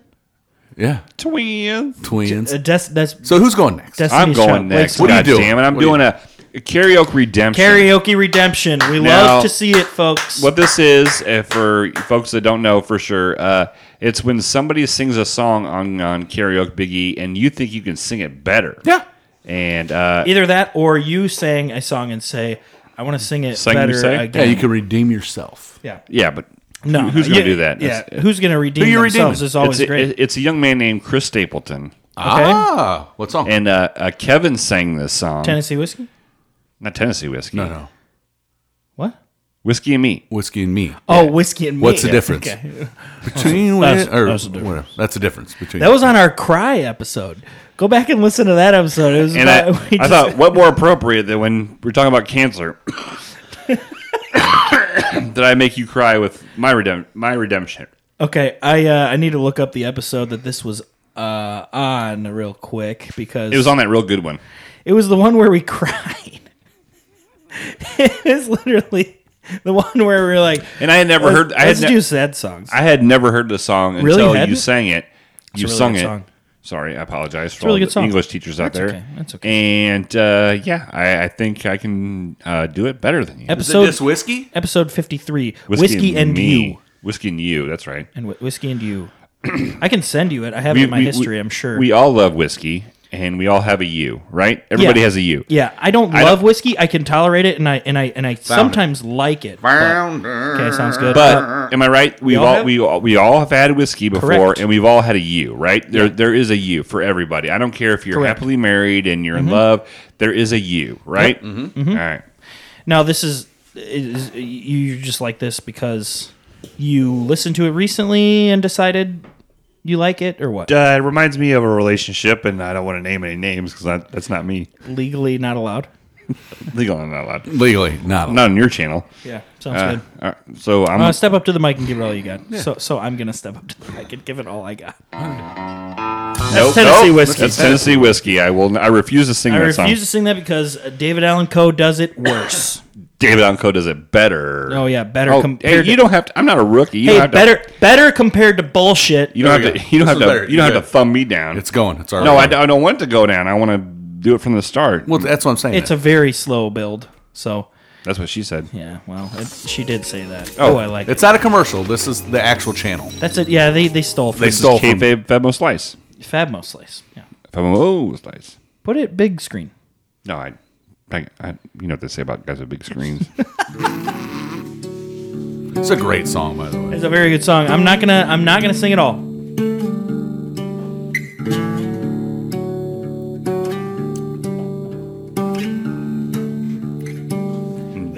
Speaker 1: Yeah,
Speaker 2: Twins.
Speaker 1: twins.
Speaker 4: Uh, that's that's
Speaker 1: so who's going next?
Speaker 4: Destiny's
Speaker 2: I'm going
Speaker 4: Child. Like,
Speaker 2: next.
Speaker 1: What are you
Speaker 2: God
Speaker 1: doing?
Speaker 2: damn it! I'm
Speaker 1: What are you-
Speaker 2: doing a, a karaoke redemption.
Speaker 4: Karaoke Redemption. We
Speaker 2: Now-
Speaker 4: love to see it, folks.
Speaker 2: What this is, uh, for folks that don't know for sure, uh, it's when somebody sings a song on, on karaoke biggie and you think you can sing it better.
Speaker 1: Yeah.
Speaker 2: And uh,
Speaker 4: Either that or you sang a song and say, I want to sing it
Speaker 2: Sing, you
Speaker 4: better
Speaker 2: say?
Speaker 1: yeah,
Speaker 4: again.
Speaker 1: you can redeem yourself.
Speaker 4: Yeah.
Speaker 2: yeah, but
Speaker 4: No.
Speaker 2: who- who's going
Speaker 4: yeah,
Speaker 2: to do that?
Speaker 4: Yeah.
Speaker 2: It's-
Speaker 4: who's going to redeem
Speaker 1: Who you
Speaker 4: themselves
Speaker 1: redeeming?
Speaker 4: is always
Speaker 2: it's,
Speaker 4: great. Oh.
Speaker 2: it- it's a young man named Chris Stapleton.
Speaker 4: okay.
Speaker 1: Ah, what song?
Speaker 2: And uh, uh, Kevin sang this song.
Speaker 4: Tennessee whiskey?
Speaker 2: Not Tennessee Whiskey.
Speaker 1: no, no,
Speaker 4: What?
Speaker 2: Whiskey and Me.
Speaker 1: whiskey and me.
Speaker 4: Oh, whiskey and me.
Speaker 1: What's the
Speaker 4: Yeah,
Speaker 1: difference?
Speaker 4: okay.
Speaker 1: Between
Speaker 4: That's-
Speaker 1: that's, or
Speaker 4: that's the difference.
Speaker 1: whatever. That's the difference between.
Speaker 4: That was on our cry episode. Go back and listen to that episode. It was
Speaker 2: And I,
Speaker 4: about, *laughs* we
Speaker 2: I
Speaker 4: just-
Speaker 2: thought, what more appropriate than when we're talking about
Speaker 4: *laughs*
Speaker 2: cancer? *coughs* Did I make you cry with my redemp- my redemption?
Speaker 4: okay, I uh, I need to look up the episode that this was uh, on real quick because
Speaker 2: It was on that real good one.
Speaker 4: It was the one where we *laughs* cried. it was literally the one where we were like,
Speaker 2: And I had never
Speaker 4: let's,
Speaker 2: heard. I had
Speaker 4: let's
Speaker 2: ne-
Speaker 4: do sad songs.
Speaker 2: I had never heard the song
Speaker 4: Really? You
Speaker 2: until
Speaker 4: hadn't?
Speaker 2: you sang it. You
Speaker 4: a really
Speaker 2: sung
Speaker 4: good
Speaker 2: it.
Speaker 4: song.
Speaker 2: Sorry, I apologize for
Speaker 4: really
Speaker 2: all
Speaker 4: good
Speaker 2: the
Speaker 4: song.
Speaker 2: English teachers out
Speaker 4: That's
Speaker 2: there.
Speaker 4: okay. That's okay.
Speaker 2: And uh, yeah, I, I think I can uh, do it better than you.
Speaker 1: Is it
Speaker 4: episode
Speaker 1: just whiskey?
Speaker 4: episode fifty three, whiskey, and,
Speaker 2: me.
Speaker 4: you,
Speaker 2: Whiskey and you. That's right.
Speaker 4: *clears throat* and whi- whiskey and you. I can send you it. I have it in my history. I'm sure.
Speaker 2: We all love whiskey,
Speaker 3: and we all have a U, right? Everybody has a U.
Speaker 4: Yeah, I don't
Speaker 3: I
Speaker 4: love
Speaker 3: don't-
Speaker 4: whiskey. I can tolerate it, and I and I and I sometimes like it. but- okay, sounds good.
Speaker 3: But am I right? We've
Speaker 4: all
Speaker 3: all,
Speaker 4: have?
Speaker 3: uh, we all we all have had whiskey before,
Speaker 4: Correct.
Speaker 3: and we've all had a you, right? There there is a you for everybody. I don't care if you're
Speaker 4: Correct.
Speaker 3: happily married and you're in love. There is a you, right? Mm-hmm. right.
Speaker 4: Now this is, is you- you're just like this because you listened to it recently and decided you like it or what?
Speaker 3: Uh, it reminds me of a relationship, and I don't want to name any names because that's not me.
Speaker 4: Legally not allowed.
Speaker 3: Legal, I'm not allowed.
Speaker 1: Legally, not.
Speaker 3: Not on your channel.
Speaker 4: Yeah, sounds
Speaker 3: Uh,
Speaker 4: good.
Speaker 3: uh, so I'm
Speaker 4: Uh, step up to the mic and give it all you got. So, so I'm gonna step up to the mic and give it all I got.
Speaker 3: nope,
Speaker 4: Tennessee
Speaker 3: nope,
Speaker 4: whiskey.
Speaker 3: That's Tennessee whiskey. I will. n- I refuse to sing
Speaker 4: I
Speaker 3: that
Speaker 4: refuse
Speaker 3: song.
Speaker 4: to sing that because uh, David Allen Coe does it
Speaker 3: *coughs*
Speaker 4: worse.
Speaker 3: David Unco does it better.
Speaker 4: oh yeah, better
Speaker 3: Oh, hey,
Speaker 4: compared.
Speaker 3: you
Speaker 4: to,
Speaker 3: don't have to. I'm not a rookie. You don't
Speaker 4: hey,
Speaker 3: have to-
Speaker 4: better, better compared to bullshit.
Speaker 3: You don't
Speaker 1: There
Speaker 3: have
Speaker 1: we
Speaker 3: to.
Speaker 1: go.
Speaker 3: You don't
Speaker 1: This
Speaker 3: have
Speaker 1: is
Speaker 3: to.
Speaker 1: better.
Speaker 3: You don't
Speaker 1: Good.
Speaker 3: have to thumb me down.
Speaker 1: It's going. It's already
Speaker 3: no, I,
Speaker 1: going.
Speaker 3: don't- I don't want to go down. I want to do it from the start.
Speaker 1: Well, that's what I'm saying.
Speaker 4: it's a very slow build. So
Speaker 3: That's what she said.
Speaker 4: yeah, well, it, she did say that. Oh,
Speaker 3: Oh,
Speaker 4: I like it.
Speaker 1: It's not a commercial. This is the actual channel.
Speaker 4: That's it. Yeah, they they stole from
Speaker 1: They
Speaker 4: us.
Speaker 1: stole from.
Speaker 3: Kayfabe Fabmo Slice.
Speaker 4: Fabmo Slice. Yeah,
Speaker 3: Fabmo Slice.
Speaker 4: put it big screen.
Speaker 3: No, I, I, I. You know what they say about guys with big screens.
Speaker 1: It's a great song, by the way.
Speaker 4: It's a very good song. I'm not gonna I'm not gonna sing it all.
Speaker 3: *laughs*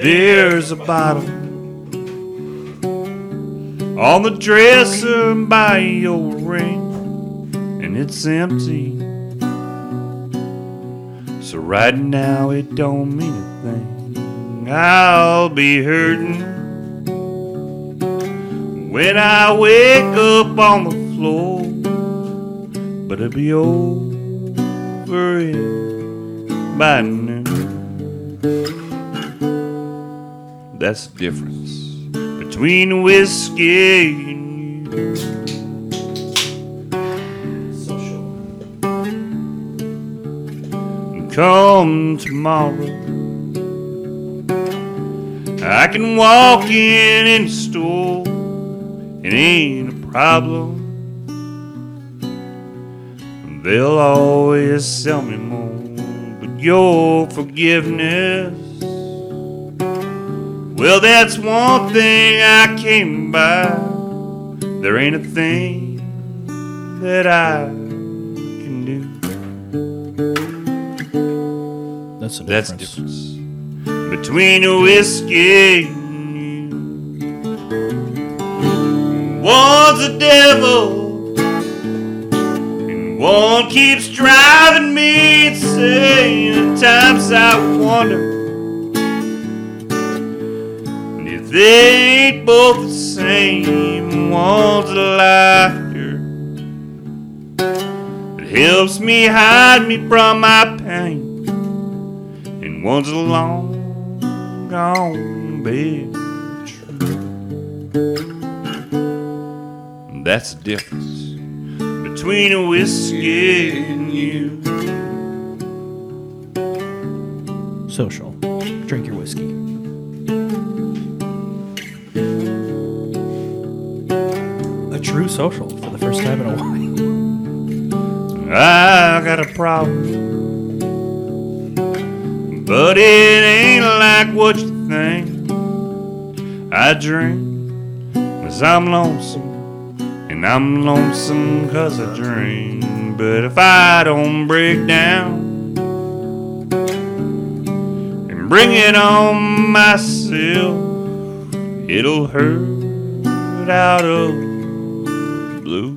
Speaker 3: There's a bottle on the dresser by your ring, and it's empty. So right now it don't mean a thing. I'll be hurting when I wake up on the floor, but it'll be over it by noon. That's the difference between whiskey and you. And Come tomorrow, I can walk in in the store. It ain't a problem. They'll always sell me more, but your forgiveness well, that's one thing I came by. There ain't a thing that I can do.
Speaker 4: That's the
Speaker 3: That's the
Speaker 4: difference.
Speaker 3: difference between a whiskey and you. One's a devil, and one keeps driving me insane. At times I wonder. And If they ain't both the same, one's a laughter that helps me hide me from my pain, and one's a long gone bed. And That's the difference between a whiskey and you.
Speaker 4: Social. Drink your whiskey. A true social for the first time in a *laughs* while.
Speaker 3: I got a problem. But it ain't like what you think. I drink because I'm lonesome. And I'm lonesome because I drink. But if I don't break down and bring it on myself, it'll hurt out of the blue.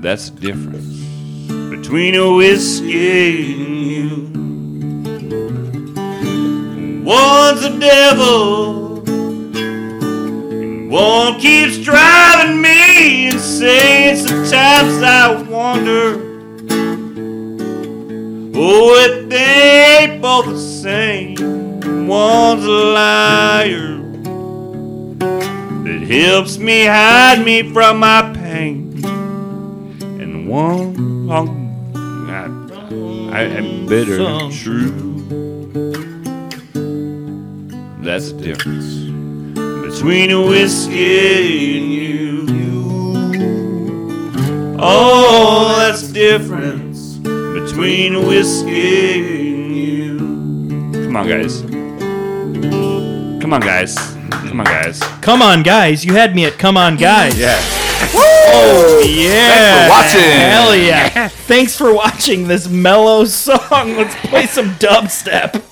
Speaker 3: That's the difference between a whiskey and you. One's a devil, and one keeps driving me insane. Sometimes I wonder, oh, if they ain't both the same. One's a liar that helps me hide me from my pain and one long. I, I am bitter.
Speaker 4: Song.
Speaker 3: True. That's the difference between a whiskey and you. Oh, difference between whiskey and you.
Speaker 2: Come on, guys. Come on, guys. Come on, guys.
Speaker 4: Come on, guys. You had me at come on, guys.
Speaker 2: Yeah.
Speaker 4: Yeah.
Speaker 1: watching.
Speaker 4: Hell yeah. Thanks for watching this mellow *laughs* song. Let's play some dubstep.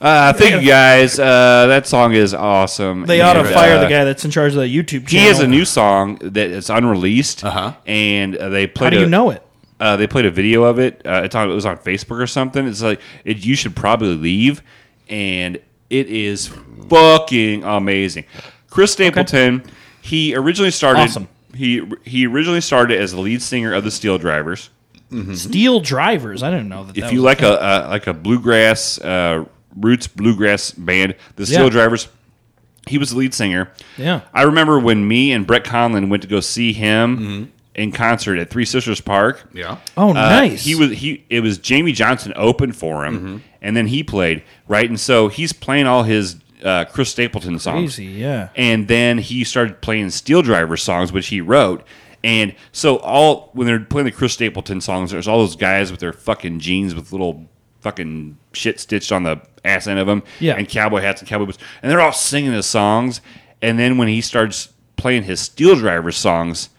Speaker 2: Uh, thank you, guys. Uh, that song is awesome.
Speaker 4: They ought to
Speaker 2: And,
Speaker 4: fire
Speaker 2: uh,
Speaker 4: the guy that's in charge of the YouTube channel.
Speaker 2: He has a new song that is unreleased,
Speaker 1: Uh-huh.
Speaker 2: and uh, they
Speaker 4: How
Speaker 2: played.
Speaker 4: do
Speaker 2: a,
Speaker 4: you know it?
Speaker 2: Uh, they played a video of it. Uh, it's on, it was on Facebook or something. It's like it, you should probably leave, and it is fucking amazing. Chris Stapleton. He originally started.
Speaker 4: Awesome.
Speaker 2: He he originally started as the lead singer of the Steel Drivers.
Speaker 4: Steel drivers. I didn't know that.
Speaker 2: if
Speaker 4: that
Speaker 2: you
Speaker 4: was-
Speaker 2: like a, a like a bluegrass uh, roots bluegrass band, the Steel
Speaker 4: Yeah.
Speaker 2: Drivers, he was the lead singer.
Speaker 4: Yeah.
Speaker 2: I remember when me and Brett Conlon went to go see him
Speaker 4: Mm-hmm.
Speaker 2: in concert at Three Sisters Park.
Speaker 1: Yeah.
Speaker 4: Oh,
Speaker 2: Uh,
Speaker 4: nice. Mm-hmm.
Speaker 2: He was he. It was Jamie Johnson opened for him, and then he played right. And so he's playing all his uh, Chris Stapleton songs
Speaker 4: crazy. Yeah.
Speaker 2: and then he started playing Steel Driver songs, which he wrote. And so all when they're playing the Chris Stapleton songs, there's all those guys with their fucking jeans with little fucking shit stitched on the ass end of them,
Speaker 4: Yeah.
Speaker 2: and cowboy hats and cowboy boots, and they're all singing his songs. And then when he starts playing his Steel Driver songs,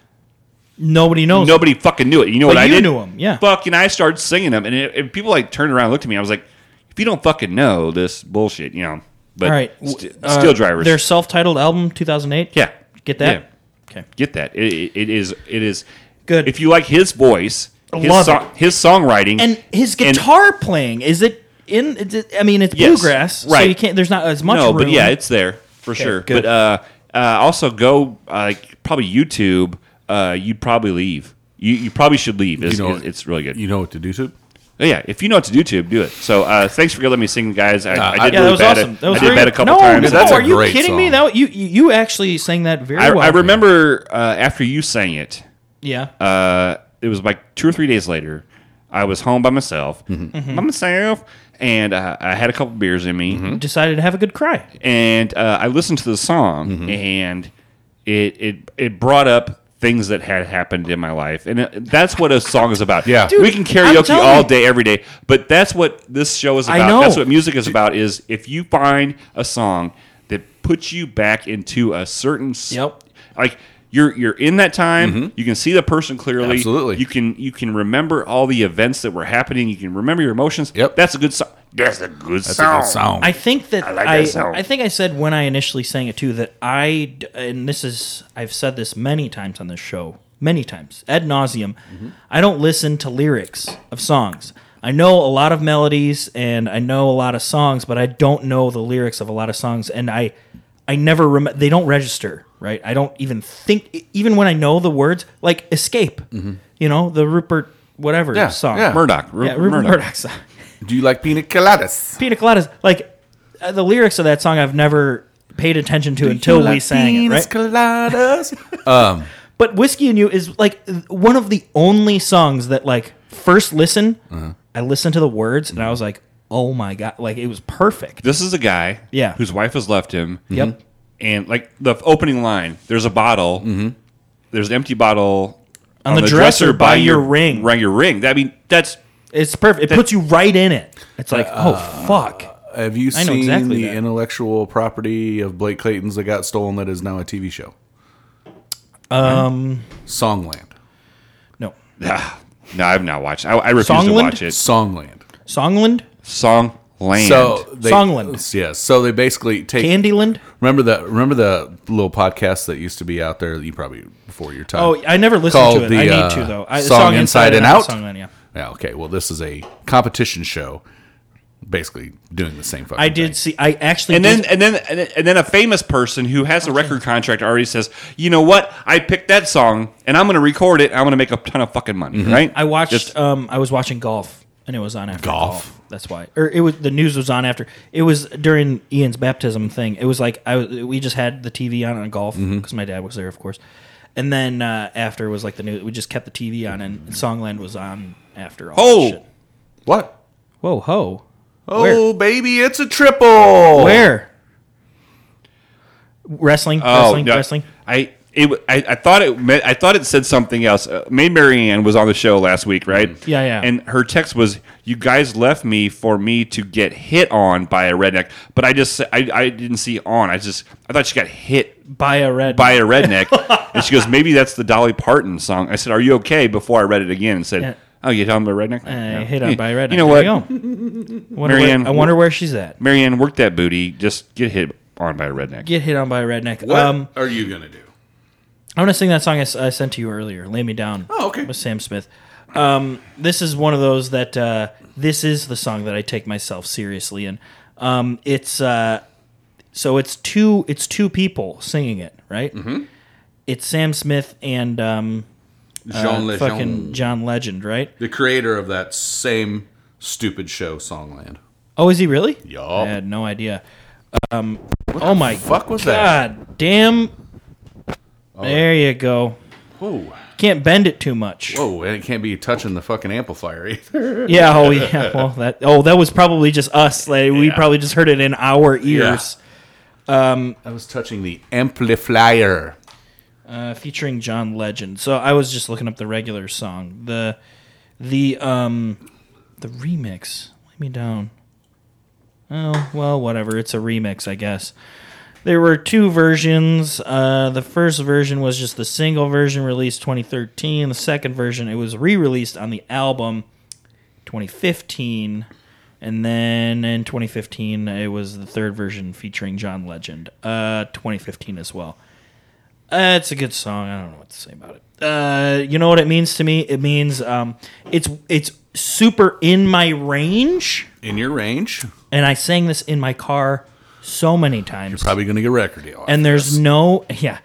Speaker 4: Nobody knows.
Speaker 2: nobody fucking knew it. You know
Speaker 4: But
Speaker 2: what I
Speaker 4: you
Speaker 2: did?
Speaker 4: knew 'em, yeah.
Speaker 2: Fucking, I started singing them, and, it, and people like turned around, and looked at me. I was like, if you don't fucking know this bullshit, you know. But
Speaker 4: All right.
Speaker 2: st-
Speaker 4: Uh,
Speaker 2: Steel Drivers,
Speaker 4: Their self-titled album, 2008.
Speaker 2: yeah,
Speaker 4: Get that?
Speaker 2: Yeah
Speaker 4: Okay.
Speaker 2: get that. It, it- it is it is
Speaker 4: Good.
Speaker 2: If you like his voice, his,
Speaker 4: Love
Speaker 2: song-
Speaker 4: it.
Speaker 2: his songwriting,
Speaker 4: And his
Speaker 2: and-
Speaker 4: guitar playing is it in? Is it, I mean, it's
Speaker 2: Yes,
Speaker 4: bluegrass, So
Speaker 2: right.
Speaker 4: you can't. There's not as much.
Speaker 2: no, but
Speaker 4: room.
Speaker 2: yeah, it's there for sure.
Speaker 4: good.
Speaker 2: But uh, uh, also go uh, like probably YouTube. Uh, you'd probably leave. You, you probably should leave. It's,
Speaker 1: know-
Speaker 2: it's, it's really good.
Speaker 1: You know what to do, Soup?
Speaker 2: yeah, if you know what to YouTube, do it. So uh, thanks for letting me sing, guys. I, I did
Speaker 4: yeah,
Speaker 2: really
Speaker 4: that was
Speaker 2: bad.
Speaker 4: awesome.
Speaker 2: At,
Speaker 4: That was
Speaker 2: I did
Speaker 4: very
Speaker 2: bad a couple
Speaker 4: no,
Speaker 2: times.
Speaker 4: No,
Speaker 1: That's a
Speaker 4: are you
Speaker 1: great
Speaker 4: kidding me?
Speaker 1: song.
Speaker 4: That you you actually sang that very
Speaker 2: I,
Speaker 4: well.
Speaker 2: I remember uh, after you sang it.
Speaker 4: Yeah.
Speaker 2: uh, it was like two or three days later. I was home by myself, by myself, and uh, I had a couple beers in me,
Speaker 4: Decided to have a good cry.
Speaker 2: and uh, I listened to the song,
Speaker 1: Mm-hmm.
Speaker 2: and it it it brought up things that had happened in my life, and it, that's what a song is about.
Speaker 1: Yeah.
Speaker 2: we can
Speaker 4: I'm
Speaker 2: karaoke
Speaker 4: telling
Speaker 2: all
Speaker 4: you.
Speaker 2: day, every day, but that's what this show is
Speaker 4: I
Speaker 2: about.
Speaker 4: know.
Speaker 2: That's what music is about. Is if you find a song that puts you back into a certain s-
Speaker 4: Yep.
Speaker 2: like. You're, you're in that time. You can see the person clearly.
Speaker 1: Mm-hmm. Absolutely.
Speaker 2: You can you can remember all the events that were happening. You can remember your emotions.
Speaker 1: Yep.
Speaker 2: That's a good song.
Speaker 3: That's a good
Speaker 1: That's
Speaker 3: song.
Speaker 1: a good song.
Speaker 4: Oh. I think that I,
Speaker 3: like
Speaker 4: I,
Speaker 3: that sound.
Speaker 4: think I said when I initially sang it too that I d- and this is I've said this many times on this show, many times ad nauseum. I don't listen to lyrics of songs. I know a lot of melodies and I know a lot of songs, but I don't know the lyrics of a lot of songs, and I I never rem- they don't register right. I don't even think e, even when I know the words like escape, you know the Rupert whatever
Speaker 1: Yeah,
Speaker 4: song.
Speaker 1: yeah.
Speaker 2: Murdoch. Ru-
Speaker 4: Yeah, Rupert
Speaker 2: Murdoch.
Speaker 4: Murdoch song
Speaker 1: do you like pina coladas?
Speaker 4: pina coladas like uh, the lyrics of that song i've never paid attention to until we sang it right *laughs*
Speaker 1: coladas.
Speaker 4: but whiskey and you is like one of the only songs that like first listen i listened to the words and i was like oh my god like it was perfect
Speaker 2: This is a guy.
Speaker 4: Yeah.
Speaker 2: Whose wife has left him.
Speaker 4: yep
Speaker 2: And like the opening line, there's a bottle. There's an empty bottle
Speaker 4: Mm-hmm. On the dresser by your ring.
Speaker 2: By your ring. That- I mean, that's
Speaker 4: it's perfect it puts you right in it it's like oh fuck
Speaker 1: Have you
Speaker 4: I know
Speaker 1: seen
Speaker 4: exactly
Speaker 1: the
Speaker 4: that.
Speaker 1: intellectual property of Blake Clayton's that got stolen that is now a TV show? Um, Songland.
Speaker 4: no
Speaker 2: ah, no. I've not watched. I, I refuse to
Speaker 4: Songland?
Speaker 2: watch it.
Speaker 1: Songland.
Speaker 4: songland
Speaker 2: Song Land.
Speaker 1: So they,
Speaker 4: Songland.
Speaker 1: Yeah. So they basically take.
Speaker 4: candyland
Speaker 1: Remember the remember the little podcast that used to be out there. that You probably before your time.
Speaker 4: oh i never listened
Speaker 1: Called
Speaker 4: to it
Speaker 1: the,
Speaker 4: i need
Speaker 1: uh,
Speaker 4: to though I,
Speaker 1: Song Inside and Out?
Speaker 4: songland yeah
Speaker 1: Yeah, okay. Well, this is a competition show, basically doing the same fucking.
Speaker 4: i did
Speaker 1: thing.
Speaker 4: see i actually
Speaker 2: and
Speaker 4: did-
Speaker 2: then, and then and then and then a famous person who has a record contract already says, you know what? I picked that song and I'm going to record it. I'm going to make a ton of fucking money, right?
Speaker 4: Mm-hmm. I watched.
Speaker 2: Just-
Speaker 4: um, I was watching golf, and it was on after golf.
Speaker 1: Golf?
Speaker 4: That's why, or it was the news was on after. It was during Ian's baptism thing. It was like I was- we just had the TV on on golf
Speaker 2: Mm-hmm.
Speaker 4: because my dad was there, of course. And then uh, after was like the news. We just kept the TV on, and Songland was on after all.
Speaker 2: Oh!
Speaker 4: this shit.
Speaker 1: what?
Speaker 4: whoa, ho,
Speaker 1: Oh, baby, it's a triple.
Speaker 4: where? Wrestling, wrestling,
Speaker 2: no.
Speaker 4: wrestling.
Speaker 2: Oh, I it, I, I thought it meant, I thought it said something else. Uh, Maid Marianne was on the show last week, right?
Speaker 4: Mm-hmm. Yeah, yeah.
Speaker 2: And her text was, "You guys left me for me to get hit on by a redneck," but I just I, I didn't see on. I just I thought she got hit
Speaker 4: Buy a red.
Speaker 2: by
Speaker 4: *laughs*
Speaker 2: a redneck, and she goes, "Maybe that's the Dolly Parton song." I said, "Are you okay?" Before I read it again and said,
Speaker 4: Yeah.
Speaker 2: "Oh, you telling me a redneck?"
Speaker 4: Uh,
Speaker 2: Yeah.
Speaker 4: hit on by a redneck.
Speaker 2: You know
Speaker 4: There
Speaker 2: what,
Speaker 4: you go. Wonder where-
Speaker 2: Marianne,
Speaker 4: I wonder where she's at.
Speaker 2: Marianne, work that booty. Just get hit on by a redneck.
Speaker 4: Get hit on by a redneck.
Speaker 1: What
Speaker 4: Um,
Speaker 1: are you gonna do?
Speaker 4: I'm gonna sing that song I, s- I sent to you earlier. Lay me down.
Speaker 1: Oh, okay.
Speaker 4: With Sam Smith. Um, this is one of those that uh, this is the song that I take myself seriously in. Um, it's uh, so it's two it's two people singing it, right? Mm-hmm. It's Sam Smith and um,
Speaker 1: Jean
Speaker 4: uh,
Speaker 1: Legend,
Speaker 4: fucking John Legend, right?
Speaker 1: the creator of that same stupid show, Songland.
Speaker 4: Oh, is he really?
Speaker 1: Yup.
Speaker 4: I had no idea. Um, oh my
Speaker 1: Fuck was that? Oh.
Speaker 4: god, damn! there you go.
Speaker 1: Whoa,
Speaker 4: Can't bend it too much.
Speaker 1: whoa, and it can't be touching the fucking amplifier *laughs* either.
Speaker 4: Yeah. Oh, yeah. Well, that. Oh, that was probably just us. Like we probably just heard it in our ears.
Speaker 1: I was touching the amplifier.
Speaker 4: Uh, featuring John Legend. So I was just looking up the regular song. The, the um, the remix. Lay me down. Oh well, whatever. It's a remix, I guess. There were two versions. Uh, the first version was just the single version released 2013. The second version, it was re-released on the album 2015. And then in 2015, it was the third version featuring John Legend. Uh, 2015 as well. Uh, it's a good song. I don't know what to say about it. Uh, you know what it means to me? It means um, it's it's super in my range,
Speaker 1: In your range,
Speaker 4: and I sang this in my car so many times.
Speaker 1: probably gonna get a record deal.
Speaker 4: and there's no yeah.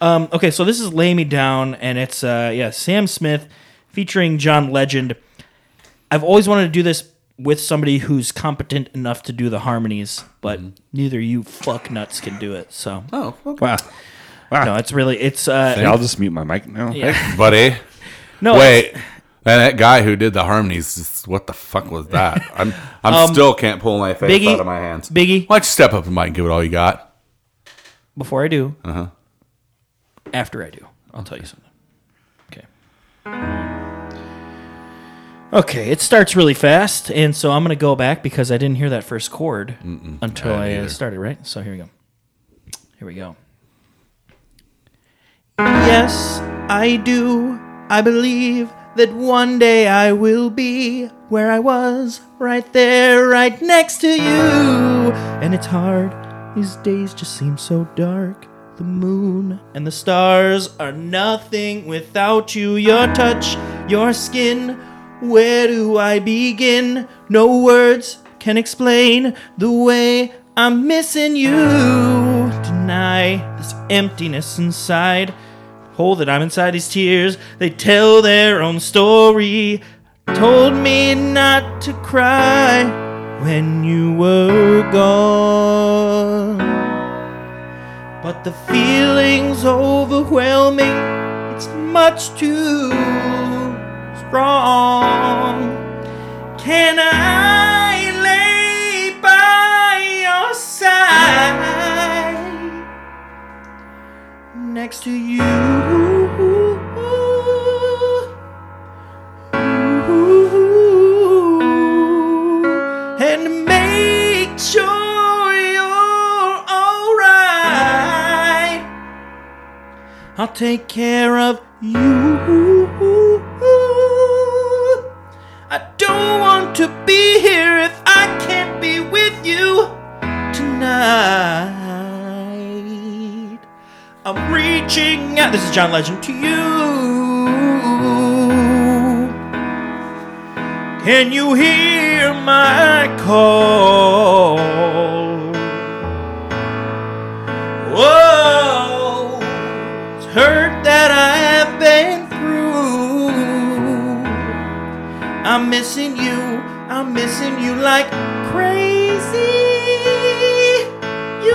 Speaker 4: Um, okay, so this is "Lay Me Down," and it's uh, yeah Sam Smith featuring John Legend. I've always wanted to do this with somebody who's competent enough to do the harmonies, but
Speaker 2: Mm-hmm.
Speaker 4: neither you fuck nuts can do it. So
Speaker 1: oh, okay.
Speaker 2: Wow.
Speaker 4: no, it's really it's uh,
Speaker 2: I'll just mute my mic now.
Speaker 1: buddy.
Speaker 4: no
Speaker 1: Wait, and that guy who did the harmonies, just- what the fuck was that? I'm, I'm still can't pull my face
Speaker 4: Biggie-
Speaker 1: out of my hands.
Speaker 4: Biggie.
Speaker 1: why don't you step up and mic and give it all you got?
Speaker 4: before I do. After I do, I'll tell you something. Okay. Okay, it starts really fast, and so I'm gonna go back because I didn't hear that first chord until I uh, started. Right, so here we go. Here we go. Yes, I do. I believe that one day I will be where I was, right there, right next to you. And it's hard, these days just seem so dark. The moon and the stars are nothing without you. Your touch, your skin, where do I begin? No words can explain the way I'm missing you. Deny this emptiness inside. Hold that I'm inside these tears. They tell their own story. Told me not to cry when you were gone. But the feeling's overwhelming. It's much too strong. Can I lay by your side? next to you. And make sure you're alright. I'll take care of you. I don't want to be here if I can't be with you tonight. I'm reaching out. This is John Legend to you. Can you hear my call? Whoa, it's hurt that I've been through. I'm missing you, I'm missing you like crazy. You.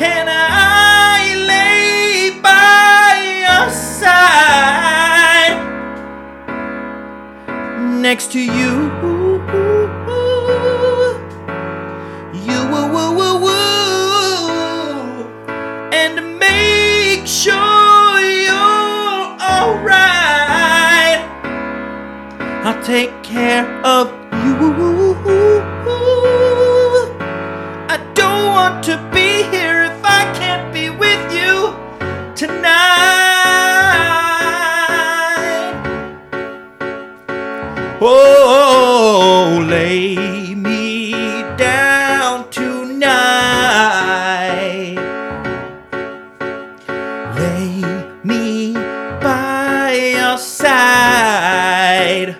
Speaker 4: Can I lay by your side next to you? You, woo, woo, woo, woo. take care of you. I don't want to be here if I can't be with you tonight. Oh, lay me down tonight. Lay me by your side.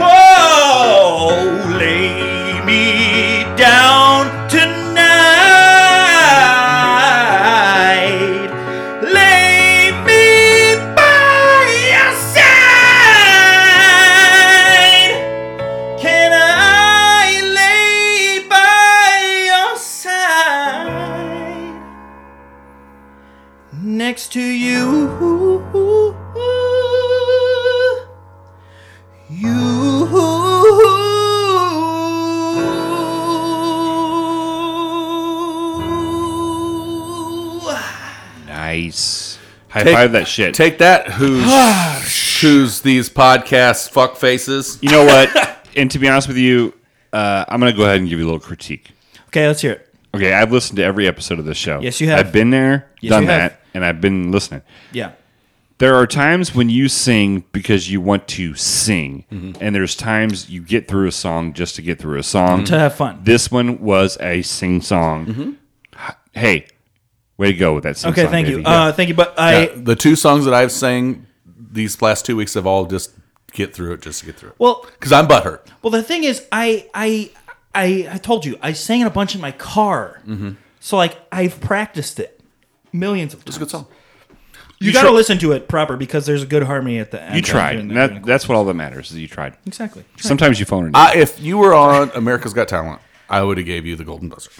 Speaker 4: Oh, lay me down tonight. Lay me by your side. Can I lay by your side? next to you. You.
Speaker 2: Nice. High
Speaker 1: Take-
Speaker 2: five that shit.
Speaker 1: Take that, who's who's these podcast fuck faces?
Speaker 2: you know *laughs* what? and to be honest with you, uh, I'm going to go ahead and give you a little critique.
Speaker 4: Okay, let's hear it.
Speaker 2: Okay, I've listened to every episode of this show.
Speaker 4: Yes, you have.
Speaker 2: I've been there,
Speaker 4: Yes,
Speaker 2: done
Speaker 4: you have.
Speaker 2: that, and I've been listening.
Speaker 4: Yeah.
Speaker 2: There are times when you sing because you want to sing,
Speaker 4: Mm-hmm.
Speaker 2: and there's times you get through a song just to get through a song.
Speaker 4: To have fun.
Speaker 2: This one was a sing song. Hey, way to go with that sing
Speaker 4: Mm-hmm. Okay,
Speaker 2: song.
Speaker 4: thank
Speaker 2: baby.
Speaker 4: you.
Speaker 2: Yeah.
Speaker 4: Uh, thank you, but I.
Speaker 1: Yeah, the two songs that I've sang these last two weeks have all just get through it, just to get through it.
Speaker 4: Well,
Speaker 1: because I'm butthurt.
Speaker 4: well, the thing is, I, I, I, I told you, I sang it a bunch in my car.
Speaker 2: Mm-hmm.
Speaker 4: So like, I've practiced it millions of times. It's a
Speaker 1: Good song.
Speaker 4: You, got to
Speaker 2: tr-
Speaker 4: listen to it proper because there's a good harmony at the end.
Speaker 2: you tried.
Speaker 4: Doing that-
Speaker 2: and
Speaker 4: doing
Speaker 2: That,
Speaker 4: that-
Speaker 2: that's what all that matters is you tried.
Speaker 4: exactly.
Speaker 2: Sometimes you phone it. in.
Speaker 1: I, if you were on America's Got Talent, I would have gave you the golden buzzer.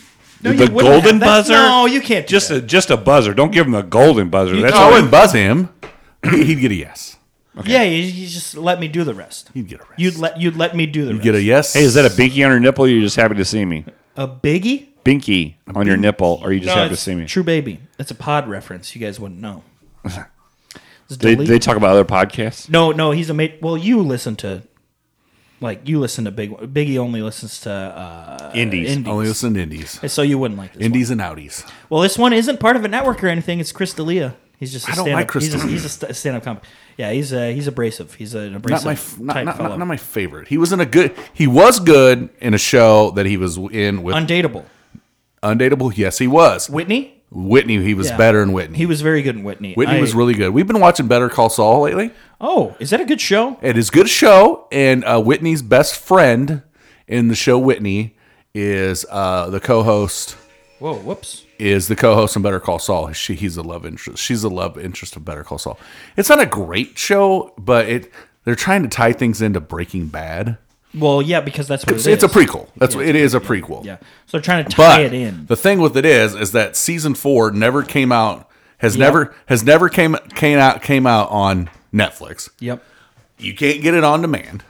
Speaker 4: No,
Speaker 2: the
Speaker 4: you wouldn't have-
Speaker 2: golden
Speaker 4: that's-
Speaker 2: buzzer?
Speaker 4: No, you can't. do
Speaker 2: just
Speaker 4: that.
Speaker 2: a just a buzzer. Don't give him the golden buzzer.
Speaker 1: That's
Speaker 2: That's
Speaker 1: I
Speaker 2: all.
Speaker 1: wouldn't buzz him. *clears throat* He'd get a yes.
Speaker 4: yeah. You, you just let me do the rest.
Speaker 1: He'd get a rest.
Speaker 4: You'd let you'd let me do the rest.
Speaker 1: Get a yes.
Speaker 2: Hey, is that a binky on your nipple? Or you just happy to see me?
Speaker 4: a biggie?
Speaker 2: Binky on your nipple, or you just happy to see me?
Speaker 4: True baby. That's a pod reference. You guys wouldn't
Speaker 2: *laughs*
Speaker 4: know. It's
Speaker 2: They,
Speaker 4: delete-
Speaker 2: they talk about other podcasts.
Speaker 4: no, no. He's a mate. Well, you listen to. Like you listen to Big Biggie only listens to uh,
Speaker 2: Indies.
Speaker 4: indies.
Speaker 1: Only listen to indies,
Speaker 4: so you wouldn't like this. one.
Speaker 1: indies and outies.
Speaker 4: Well, this one isn't part of a network or anything. It's Chris D'Elia. He's just a
Speaker 1: I don't
Speaker 4: stand-up.
Speaker 1: like Chris
Speaker 4: he's a,
Speaker 1: D'Elia.
Speaker 4: he's a st- stand-up comic. Yeah, he's uh, he's abrasive. He's an
Speaker 1: Not
Speaker 4: abrasive
Speaker 1: my f- not,
Speaker 4: type
Speaker 1: not,
Speaker 4: fellow.
Speaker 1: not, not my favorite. He was in a good. He was good in a show that he was in with
Speaker 4: Undateable.
Speaker 1: Undateable. Yes, he was.
Speaker 4: Whitney.
Speaker 1: Whitney, he was
Speaker 4: Yeah.
Speaker 1: better in Whitney.
Speaker 4: He was very good in Whitney.
Speaker 1: Whitney
Speaker 4: I-
Speaker 1: was really good. We've been watching Better Call Saul lately.
Speaker 4: Oh, is that a good show?
Speaker 1: It is a good show, and uh, Whitney's best friend in the show Whitney is uh, the co-host
Speaker 4: Whoa, whoops.
Speaker 1: is the co-host on Better Call Saul. She he's a love interest. She's a love interest of Better Call Saul. It's not a great show, but it they're trying to tie things into Breaking Bad.
Speaker 4: Well, yeah, because that's what
Speaker 1: It's,
Speaker 4: it
Speaker 1: it's a
Speaker 4: is.
Speaker 1: prequel. That's what it is a prequel.
Speaker 4: Yeah, so they're trying to tie
Speaker 1: But
Speaker 4: it in.
Speaker 1: the thing with it is, is that season four never came out. Has never has never came came out came out on Netflix.
Speaker 4: yep.
Speaker 1: You can't get it on demand.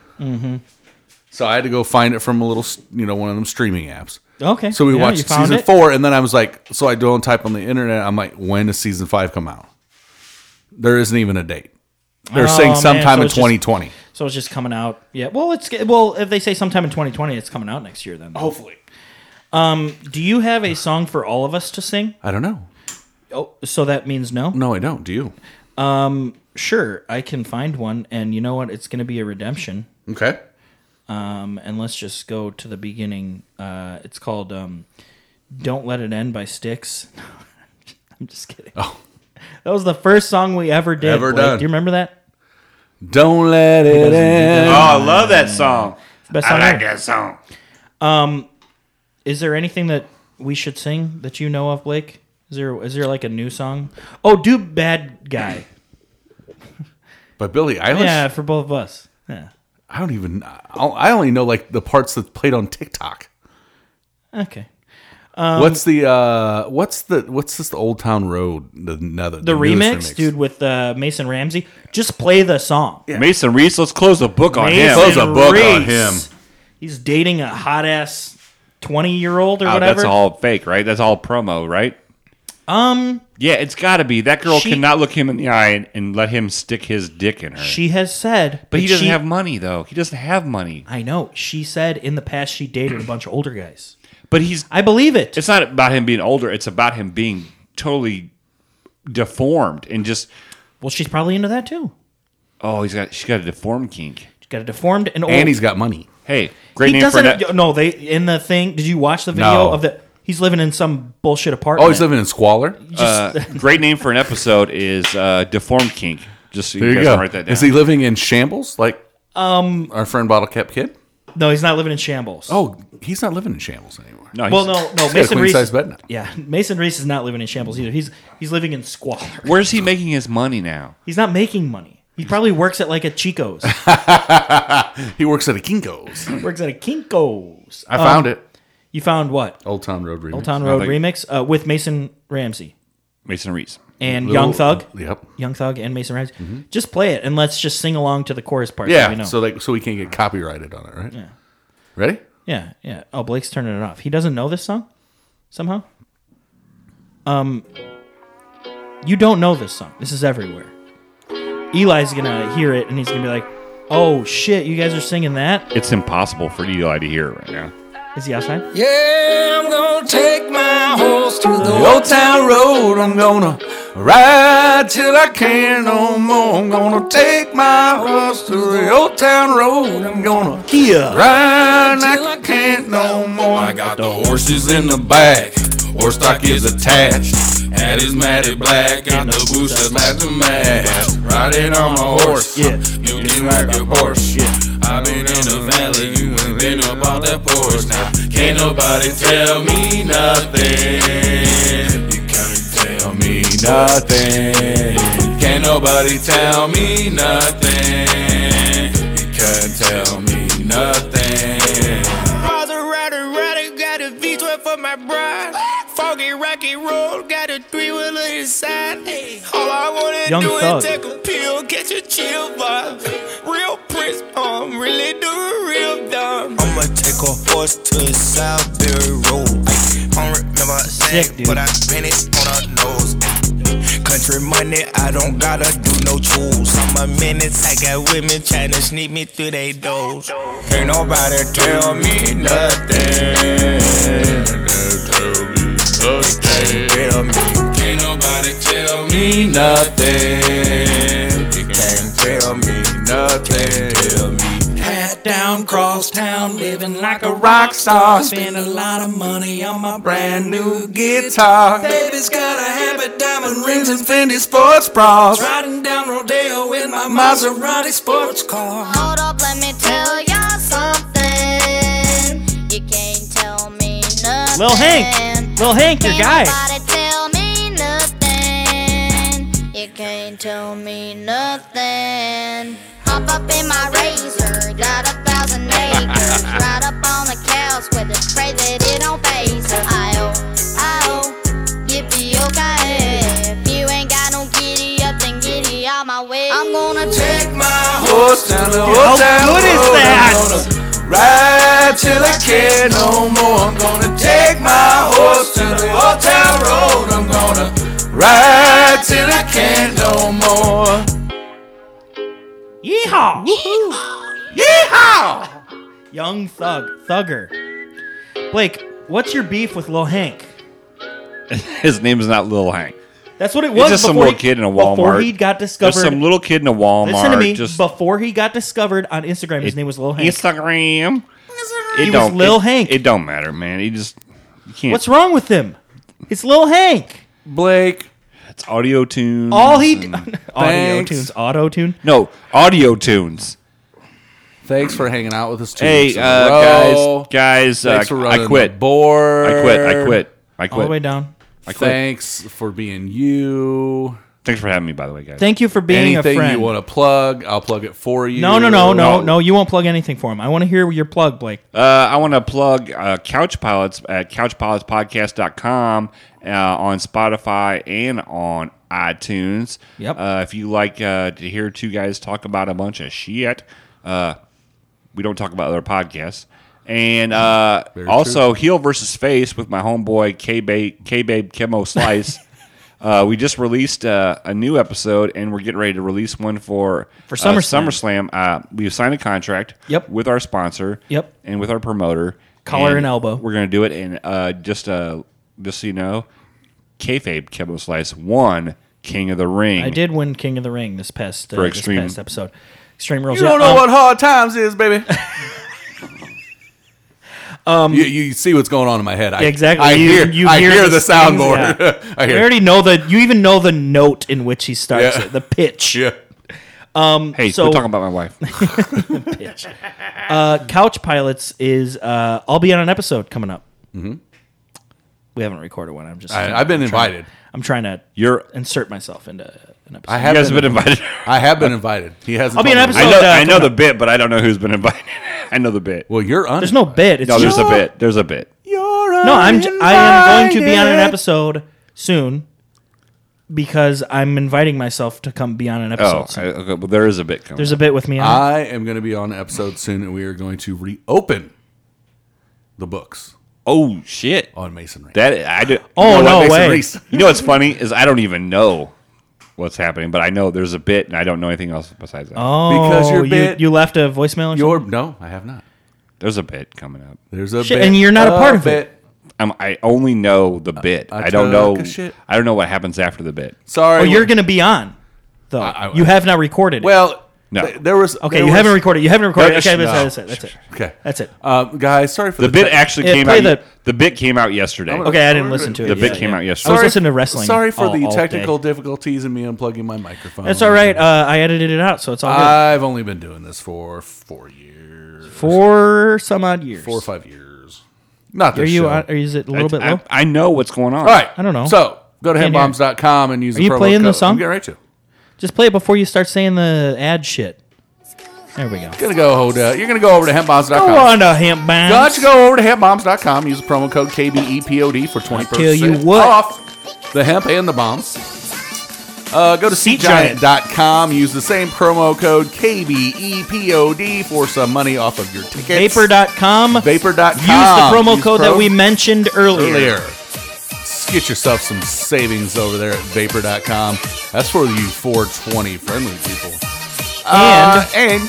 Speaker 1: So I had to go find it from a little, s- you know, one of them streaming apps.
Speaker 4: Okay.
Speaker 1: So we
Speaker 4: Yeah, you
Speaker 1: watched
Speaker 4: found
Speaker 1: season
Speaker 4: it?
Speaker 1: four, and then I was like, so I don't type on the internet. I'm like, when does season five come out? There isn't even a date. They're saying
Speaker 4: Oh, man,
Speaker 1: sometime
Speaker 4: so
Speaker 1: in
Speaker 4: it's just-
Speaker 1: 2020.
Speaker 4: So it's just coming out. Yeah. Well, it's well if they say sometime in 2020, it's coming out next year. Then
Speaker 1: Hopefully,
Speaker 4: do you have a song for all of us to sing?
Speaker 1: I don't know.
Speaker 4: Oh, so that means no.
Speaker 1: No, I don't. Do you?
Speaker 4: Mm, Sure, I can find one, and you know what? It's going to be a redemption.
Speaker 1: Okay.
Speaker 4: Um, and let's just go to the beginning. Uh, it's called um, "Don't Let It End" by Styx. *laughs* I'm just kidding.
Speaker 1: Oh.
Speaker 4: That was the first song we ever did.
Speaker 1: Ever
Speaker 4: Blake.
Speaker 1: done.
Speaker 4: Do you remember that?
Speaker 1: Don't let it end.
Speaker 2: I love that song.
Speaker 4: Best
Speaker 3: I
Speaker 4: song
Speaker 3: like
Speaker 4: ever.
Speaker 3: that song.
Speaker 4: Is there anything that we should sing that you know of, Blake? Is there is there like a new song? Oh, do bad guy.
Speaker 1: By Billy Eilish.
Speaker 4: yeah, for both of us. Yeah.
Speaker 1: I don't even. I'll- I only know like the parts that played on TikTok.
Speaker 4: Okay. Um,
Speaker 1: what's the uh what's the what's this old town road the another
Speaker 4: The remix, dude, with uh, Mason Ramsey. Just play the song.
Speaker 2: Mason Reese, let's close the book on him.
Speaker 4: Mason
Speaker 1: Close a book on
Speaker 4: Reese. He's dating a hot ass twenty year old or
Speaker 2: Oh,
Speaker 4: whatever.
Speaker 2: that's all fake, right? That's all promo, right?
Speaker 4: Um,
Speaker 2: Yeah, it's got to be. That girl
Speaker 4: She-
Speaker 2: cannot look him in the eye and, and let him stick his dick in her.
Speaker 4: She has said,
Speaker 2: but he
Speaker 4: that
Speaker 2: doesn't
Speaker 4: she-
Speaker 2: have money, though. He doesn't have money.
Speaker 4: I know. She said in the past she dated a bunch of older guys.
Speaker 2: But he's.
Speaker 4: I believe it.
Speaker 2: It's not about him being older. It's about him being totally deformed and just.
Speaker 4: well, she's probably into that too.
Speaker 2: Oh, he's got. She's got a deformed kink.
Speaker 4: She's got a deformed and old.
Speaker 1: and he's got money.
Speaker 2: Hey, great
Speaker 4: he
Speaker 2: name for
Speaker 4: doesn't. *laughs*
Speaker 2: that.
Speaker 4: no, they in the thing. Did you watch the video
Speaker 1: No.
Speaker 4: of the? He's living in some bullshit apartment.
Speaker 1: Oh, he's living in squalor.
Speaker 2: Uh, great name for an episode is uh, deformed kink. Just so you,
Speaker 1: There you
Speaker 2: guys
Speaker 1: go.
Speaker 2: can write that down.
Speaker 1: Is he living in shambles like um our friend Bottle Cap Kid?
Speaker 4: No, he's not living in shambles.
Speaker 1: Oh, he's not living in shambles anymore.
Speaker 2: no, he's-
Speaker 4: well, no, no.
Speaker 1: He's got a
Speaker 4: Mason
Speaker 1: queen
Speaker 4: Reese.
Speaker 1: size bed now.
Speaker 4: Yeah, Mason Reese is not living in shambles either. He's he's living in squalor.
Speaker 2: Where's he making his money now?
Speaker 4: He's not making money. He probably works at like a Chico's.
Speaker 1: He works at a Kinko's.
Speaker 4: works at a Kinko's. Um,
Speaker 1: I found it.
Speaker 4: You found what?
Speaker 1: Old Town Road remix.
Speaker 4: Old Town Road
Speaker 2: like-
Speaker 4: remix uh, with Mason Ramsey
Speaker 2: Mason Reese.
Speaker 4: and
Speaker 1: Little-
Speaker 4: Young Thug.
Speaker 1: Yep.
Speaker 4: Young Thug and Mason Ramsey. Just play it and let's just sing along to the chorus part. so we
Speaker 1: Yeah.
Speaker 4: know.
Speaker 1: So like so we can't get copyrighted on it, right? Yeah. Ready?
Speaker 4: yeah, yeah. Oh, Blake's turning it off. He doesn't know this song somehow. Um, you don't know this song. This is everywhere. Eli's gonna hear it and he's gonna be like, "Oh shit, you guys are singing that?
Speaker 2: It's impossible for Eli to hear it right now. *laughs*
Speaker 4: Is he outside?"
Speaker 6: Yeah, I'm gonna take my horse to the
Speaker 1: The old town road, I'm gonna ride till I can no more. I'm gonna take my horse to the old town road. I'm gonna
Speaker 4: Yeah.
Speaker 1: ride till I can't no more. I got the horses in the back, horse stock is attached. Hat is matted black, and the boots that's match to match. Riding on a horse,
Speaker 4: Yeah.
Speaker 1: you can like a horse. I've been in the valley, you ain't been up on that porch. Now can't nobody tell me nothing. You can't tell me nothing. Can't nobody tell me nothing. You can't tell me nothing.
Speaker 6: Father Rider Rider got a V12 for my bride. Foggy Rocky Road got a three wheeler inside. All I wanna
Speaker 4: Young
Speaker 6: do
Speaker 4: Thug.
Speaker 6: is take a pill, catch a chill vibe. Real Prince, um, really do it real dumb. I'ma take a horse to Southbury Road. I don't remember a
Speaker 4: Sick, dude.
Speaker 6: but I spent it on her nose. Country money, I don't gotta do no tools. I'm a menace, I got women tryna sneak me through they doors. Can't nobody tell me nothing. Tell me, can't nobody tell me nothing. You can't tell me nothing. Tell me. Hat down, cross town, living like a rock star. Spend a lot of money on my brand new guitar. Baby's got a habit, diamond rings and Fendi sports bras. Riding down Rodeo in my Maserati sports car.
Speaker 7: Hold up, let me tell y'all something. You can't tell me nothing.
Speaker 4: Lil Hank. Lil Hank, your
Speaker 7: Can't
Speaker 4: guy.
Speaker 7: nobody tell me nothing. You can't tell me nothing. Hop up in my razor, got a thousand acres. right up on the couch with it, pray that it don't phase her. I oh, I oh, yippee okay. If you ain't got no giddy up, then giddy out my way. I'm gonna take my
Speaker 1: horse down the
Speaker 4: How
Speaker 1: old town
Speaker 4: good is
Speaker 1: road.
Speaker 4: that?
Speaker 1: I'm gonna ride till I can no more. I'm gonna take my horse to the old town road. I'm gonna ride till I can't no more.
Speaker 4: Yeehaw!
Speaker 1: Yeehaw!
Speaker 4: Young Thug, Thugger. Blake, what's your beef with Lil Hank?
Speaker 2: His name is not Lil Hank.
Speaker 4: That's what it was.
Speaker 2: It's just some
Speaker 4: before
Speaker 2: little
Speaker 4: he-
Speaker 2: kid in a Walmart.
Speaker 4: Before he got discovered.
Speaker 2: Just some little kid in a Walmart.
Speaker 4: listen to me.
Speaker 2: Just
Speaker 4: before he got discovered on Instagram, his name was Lil Hank.
Speaker 2: Instagram. It
Speaker 4: He was
Speaker 2: don't-
Speaker 4: Lil
Speaker 2: it-
Speaker 4: Hank.
Speaker 2: It don't matter, man. He just you can't.
Speaker 4: What's wrong with him? It's Lil Hank.
Speaker 1: Blake,
Speaker 2: It's audio tunes.
Speaker 4: All he d-
Speaker 2: and-
Speaker 4: *laughs* audio
Speaker 1: Thanks.
Speaker 4: tunes, auto tune.
Speaker 2: no audio tunes.
Speaker 1: thanks for hanging out with us. Two
Speaker 2: Hey
Speaker 1: weeks in a
Speaker 2: uh,
Speaker 1: row.
Speaker 2: guys,
Speaker 1: thanks
Speaker 2: guys,
Speaker 1: for
Speaker 2: uh,
Speaker 1: running
Speaker 2: I quit.
Speaker 1: The board.
Speaker 2: I quit. I quit. I
Speaker 4: All the way
Speaker 2: quit.
Speaker 4: down.
Speaker 2: I quit.
Speaker 1: Thanks for being you.
Speaker 2: Thanks for having me, by the way, guys.
Speaker 4: Thank you for being a
Speaker 1: Anything
Speaker 4: friend.
Speaker 1: you want to plug, I'll plug it for you.
Speaker 4: no, no, no, no, no. You won't plug anything for him. I want to hear your plug, Blake.
Speaker 1: Um,
Speaker 2: Uh, I want to plug uh, Couch Pilots at couchpilotspodcast.com uh, on Spotify and on iTunes.
Speaker 4: Yep.
Speaker 2: Uh, if you like uh, to hear two guys talk about a bunch of shit, uh, we don't talk about other podcasts. And uh,
Speaker 4: *laughs*
Speaker 2: also, Heel versus Face with my homeboy K Babe K Babe Chemo Slice. Uh, we just released uh, a new episode, and we're getting ready to release one for
Speaker 4: For
Speaker 2: uh,
Speaker 4: SummerSlam.
Speaker 2: SummerSlam. Uh, we've signed a contract.
Speaker 4: Yep.
Speaker 2: With our sponsor.
Speaker 4: Yep.
Speaker 2: And with our promoter.
Speaker 4: Collar and elbow.
Speaker 2: We're gonna do it, and uh, just uh, just so you know, kayfabe Kevin Slice won King of the Ring.
Speaker 4: I did win King of the Ring this past uh,
Speaker 2: For
Speaker 4: this
Speaker 2: Extreme.
Speaker 4: past episode. Extreme rules.
Speaker 1: You don't
Speaker 4: Yeah,
Speaker 1: know
Speaker 4: um,
Speaker 1: what hard times is,
Speaker 4: *laughs*
Speaker 1: baby. Um, you, you see what's going on in my head. I,
Speaker 4: Exactly.
Speaker 1: I
Speaker 4: You-
Speaker 1: hear,
Speaker 4: you
Speaker 1: I
Speaker 4: hear
Speaker 1: hear,
Speaker 4: the
Speaker 1: the,
Speaker 4: strings,
Speaker 1: soundboard. *laughs* I
Speaker 4: We
Speaker 1: hear.
Speaker 4: already know the. You even know the note in which he starts
Speaker 1: Yeah.
Speaker 4: it. The pitch.
Speaker 1: Yeah.
Speaker 2: Hey,
Speaker 4: So-
Speaker 2: still talking about
Speaker 4: *laughs*
Speaker 2: my wife.
Speaker 4: Uh, Couch Pilots is. Uh, I'll be on an episode coming up. Mm-hmm. We haven't recorded one. I'm just.
Speaker 1: I, I've been invited.
Speaker 4: I'm trying to
Speaker 2: You're.
Speaker 4: insert myself into an episode.
Speaker 1: I
Speaker 2: You
Speaker 1: have
Speaker 2: guys have been
Speaker 1: been,
Speaker 4: *laughs*
Speaker 2: invited.
Speaker 1: I have been invited. He hasn't.
Speaker 4: I'll be an
Speaker 1: told me.
Speaker 2: I
Speaker 4: So,
Speaker 2: know.
Speaker 4: uh,
Speaker 2: I know
Speaker 4: come
Speaker 2: the bit, but I don't know who's been invited. *laughs* I know the bit.
Speaker 1: Well, you're on.
Speaker 4: There's no bit. It's
Speaker 2: No, there's
Speaker 4: just,
Speaker 2: a bit. There's a bit.
Speaker 4: no. I'm. j- I am going to be on an episode soon because I'm inviting myself to come be on an
Speaker 2: Oh,
Speaker 4: episode. soon.
Speaker 2: I- Ah, okay. Well, there is a bit coming.
Speaker 4: There's a bit with me on. it.
Speaker 1: I am going to be on an episode soon, and we are going to reopen the books
Speaker 2: oh shit!
Speaker 1: on masonry.
Speaker 2: That I did.
Speaker 4: oh
Speaker 1: You know what,
Speaker 4: no
Speaker 1: Mason
Speaker 4: way!
Speaker 1: Reese?
Speaker 2: You know what's funny is I don't even know what's happening, but I know there's a bit, and I don't know anything else besides that.
Speaker 4: Oh,
Speaker 1: Because your
Speaker 4: you,
Speaker 1: bit-
Speaker 4: you left a voicemail or something.
Speaker 1: Your no, I have not.
Speaker 2: There's a bit coming up.
Speaker 1: There's a
Speaker 4: Shit,
Speaker 1: bit
Speaker 4: and you're not a part of it.
Speaker 2: Um, I only know the bit. I,
Speaker 1: I
Speaker 2: don't
Speaker 1: took
Speaker 2: know.
Speaker 1: a shit.
Speaker 2: I don't know what happens after the bit.
Speaker 1: Sorry.
Speaker 4: Oh, you're going to be on, though.
Speaker 1: I- I-
Speaker 4: you have not recorded. it.
Speaker 1: Well,
Speaker 2: No.
Speaker 1: th- there was
Speaker 4: okay,
Speaker 1: there
Speaker 4: you
Speaker 1: was-
Speaker 4: haven't recorded. You haven't recorded.
Speaker 2: No,
Speaker 4: okay,
Speaker 2: no.
Speaker 4: that's, it, that's it. That's it.
Speaker 1: Okay,
Speaker 4: That's it.
Speaker 1: um, guys. Sorry for
Speaker 2: The bit
Speaker 1: tech-
Speaker 2: actually
Speaker 4: Yeah,
Speaker 2: came
Speaker 4: play
Speaker 2: out.
Speaker 4: the-
Speaker 2: the bit came out yesterday.
Speaker 4: Okay, I didn't listen to it.
Speaker 2: The
Speaker 4: Yeah,
Speaker 2: bit
Speaker 4: yeah.
Speaker 2: came out
Speaker 4: I
Speaker 2: yesterday.
Speaker 4: was listening to wrestling.
Speaker 1: Sorry for
Speaker 4: all-
Speaker 1: the
Speaker 4: all
Speaker 1: technical
Speaker 4: day.
Speaker 1: difficulties and me unplugging my microphone.
Speaker 4: That's all right. Uh, I edited it out, so it's all good.
Speaker 1: I've only been doing this for Uh, four years,
Speaker 4: Four some odd years.
Speaker 1: four or five years. Not
Speaker 4: Are
Speaker 1: this
Speaker 4: you?
Speaker 1: show.
Speaker 4: On, are you? Is it a little bit
Speaker 2: I,
Speaker 4: low?
Speaker 2: I know what's going on.
Speaker 1: all right,
Speaker 4: I don't know.
Speaker 1: So go to
Speaker 4: Can't hear.
Speaker 1: headbombs.com and use.
Speaker 4: you
Speaker 1: the promo
Speaker 4: playing the
Speaker 1: code.
Speaker 4: song?
Speaker 1: I'm getting right to.
Speaker 4: Just play it before you start saying the ad shit. There we go.
Speaker 1: Gonna go hold. Uh, you're gonna go over to headbombs.com.
Speaker 4: Go on to hemp bounce.
Speaker 1: Got to go over to hempbombs.com. Use the promo code E KBEPOD for 20%
Speaker 4: tell you what.
Speaker 1: off the hemp and the bombs. Uh, go to
Speaker 4: Seatgiant.
Speaker 1: seatgiant.com. Use the same promo code E KBEPOD for some money off of your tickets.
Speaker 4: Vapor.com.
Speaker 1: Vapor.com.
Speaker 4: Use the promo
Speaker 1: Use
Speaker 4: code
Speaker 1: pro-
Speaker 4: that we mentioned earlier.
Speaker 1: earlier. Get yourself some savings over there at vapor.com. That's for you 420 friendly people. Uh, and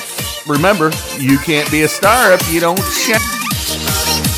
Speaker 1: remember, you can't be a star if you don't check.
Speaker 7: Keep moving